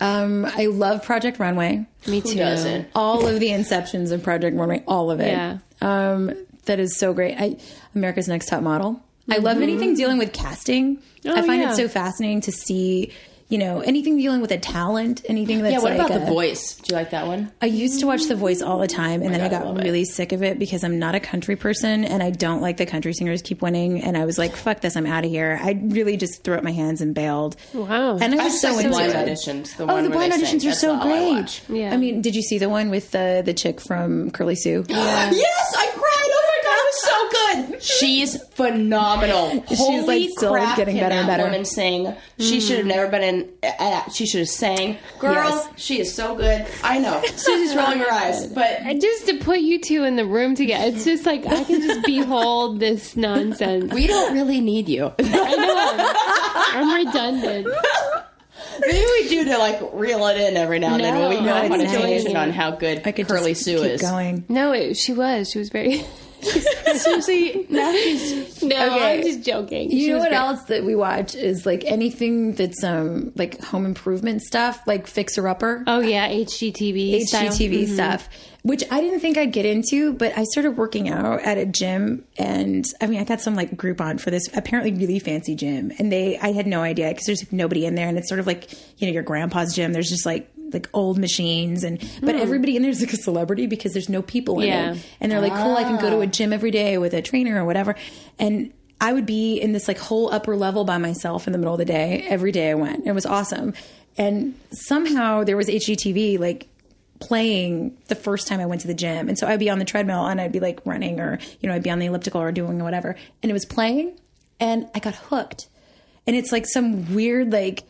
Speaker 2: Um, I love Project Runway.
Speaker 1: Me too.
Speaker 3: doesn't?
Speaker 2: All of the inceptions of Project Runway, all of it.
Speaker 1: Yeah.
Speaker 2: Um, that is so great. I, America's Next Top Model. I love anything dealing with casting. I find
Speaker 1: yeah.
Speaker 2: it so fascinating to see, you know, anything dealing with a talent, anything that's
Speaker 3: yeah, what
Speaker 2: like
Speaker 3: about
Speaker 2: a-
Speaker 3: The Voice? Do you like that one?
Speaker 2: I used to watch The Voice all the time, and then I got really sick of it because I'm not a country person, and I don't like the country singers keep winning. And I was like, "Fuck this, I'm out of here." I really just threw up my hands and bailed.
Speaker 1: Wow.
Speaker 2: And I
Speaker 3: I
Speaker 2: was
Speaker 3: just
Speaker 2: so
Speaker 3: like the
Speaker 2: into
Speaker 3: blind
Speaker 2: it.
Speaker 3: auditions. The
Speaker 2: oh,
Speaker 3: one
Speaker 2: the
Speaker 3: where
Speaker 2: blind
Speaker 3: they sing.
Speaker 2: auditions are
Speaker 3: That's
Speaker 2: so
Speaker 3: all I
Speaker 2: great.
Speaker 3: watch.
Speaker 1: Yeah.
Speaker 2: I mean, did you see the one with uh, the the chick from Curly Sue?
Speaker 3: Yes, I cried. Oh my god, it was so good. She's phenomenal.
Speaker 2: She's,
Speaker 3: Holy
Speaker 2: like, still
Speaker 3: crap,
Speaker 2: getting
Speaker 3: can
Speaker 2: better and
Speaker 3: that
Speaker 2: better.
Speaker 3: Woman sing. She should have never been in. Uh, she should have sang. Girl,
Speaker 2: Yes.
Speaker 3: she is so good. I know. Susie's rolling her eyes, but
Speaker 1: And just to put you two in the room together, it's just like I can just behold this nonsense.
Speaker 3: we don't really need you.
Speaker 1: I know I'm, I'm redundant.
Speaker 3: Maybe we do to like reel it in every now and then when we
Speaker 1: No,
Speaker 3: go
Speaker 1: I
Speaker 3: on a
Speaker 1: don't enjoy
Speaker 3: tangent
Speaker 1: it.
Speaker 3: on how good
Speaker 2: I could
Speaker 3: Curly
Speaker 2: just
Speaker 3: Sue
Speaker 2: keep
Speaker 3: is.
Speaker 2: going.
Speaker 1: No, it, she was. She was very. Susie, now she's. No,
Speaker 2: Okay.
Speaker 1: I'm just joking.
Speaker 2: You
Speaker 1: She
Speaker 2: know
Speaker 1: was
Speaker 2: what
Speaker 1: great.
Speaker 2: else that we watch is like anything that's um like home improvement stuff, like Fixer Upper.
Speaker 1: Oh yeah, HGTV. style. Mm-hmm.
Speaker 2: HGTV stuff, which I didn't think I'd get into, but I started working out at a gym, and I mean, I got some like Groupon for this apparently really fancy gym, and they I had no idea because there's nobody in there, and it's sort of like you know your grandpa's gym. There's just like like old machines and but everybody in there's like a celebrity because there's no people in
Speaker 1: Hmm. Yeah. Ah.
Speaker 2: it and they're like cool i can go to a gym every day with a trainer or whatever and i would be in this like whole upper level by myself in the middle of the day every day i went it was awesome and somehow there was hgtv like playing the first time I went to the gym. And so I'd be on the treadmill and I'd be like running or, you know, I'd be on the elliptical or doing whatever. And it was playing and I got hooked. And it's like some weird, like,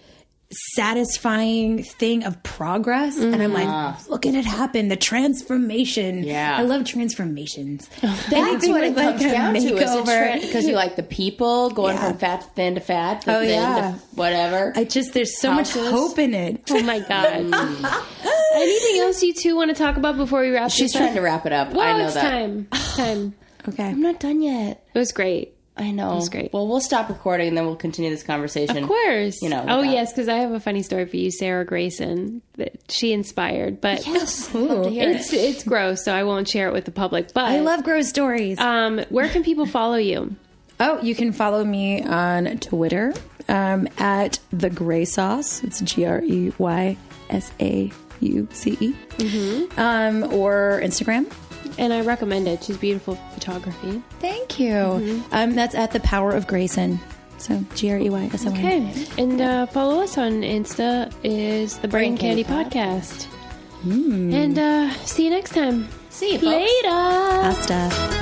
Speaker 2: satisfying thing of progress. And I'm like, look at it happen. The transformation.
Speaker 3: Mm-hmm. Yeah.
Speaker 2: I love transformations.
Speaker 3: That's
Speaker 2: Anything
Speaker 3: what it
Speaker 2: with, like,
Speaker 3: comes
Speaker 2: a
Speaker 3: down to
Speaker 2: makeover.
Speaker 3: is because you like the people going
Speaker 2: Yeah.
Speaker 3: from fat to thin to fat to
Speaker 2: Oh,
Speaker 3: thin
Speaker 2: yeah.
Speaker 3: to whatever.
Speaker 2: I just, there's so much
Speaker 3: Houses.
Speaker 2: hope in it.
Speaker 1: Oh my god. Anything else you two want to talk about before we wrap?
Speaker 3: She's
Speaker 1: this up?
Speaker 3: trying to wrap it up.
Speaker 1: Well,
Speaker 3: I know
Speaker 1: it's
Speaker 3: that.
Speaker 1: time. It's time.
Speaker 2: Okay.
Speaker 3: I'm not done yet.
Speaker 1: It was great.
Speaker 3: I know.
Speaker 1: That's great.
Speaker 3: Well, we'll stop recording and then we'll continue this conversation.
Speaker 1: Of course.
Speaker 3: You know.
Speaker 1: Oh
Speaker 3: without-
Speaker 1: yes, because I have a funny story for you, Sarah Grayson, that she inspired. But
Speaker 3: Yes, I'd love to hear
Speaker 1: it's
Speaker 3: it.
Speaker 1: it's gross, so I won't share it with the public. But
Speaker 2: I love gross stories.
Speaker 1: Um, where can people follow you?
Speaker 2: Oh, you can follow me on Twitter um, at the Gray Sauce. It's G R E Y S A U C E. Um, or Instagram.
Speaker 1: And I recommend it. She's beautiful photography.
Speaker 2: Thank you. Um, that's at the Power of Grayson. So G R E Y S O N.
Speaker 1: Okay, and uh, follow us on Insta is the Brain, Candy, Podcast. And uh, see you next time.
Speaker 3: See you folks.
Speaker 1: later.
Speaker 2: Pasta.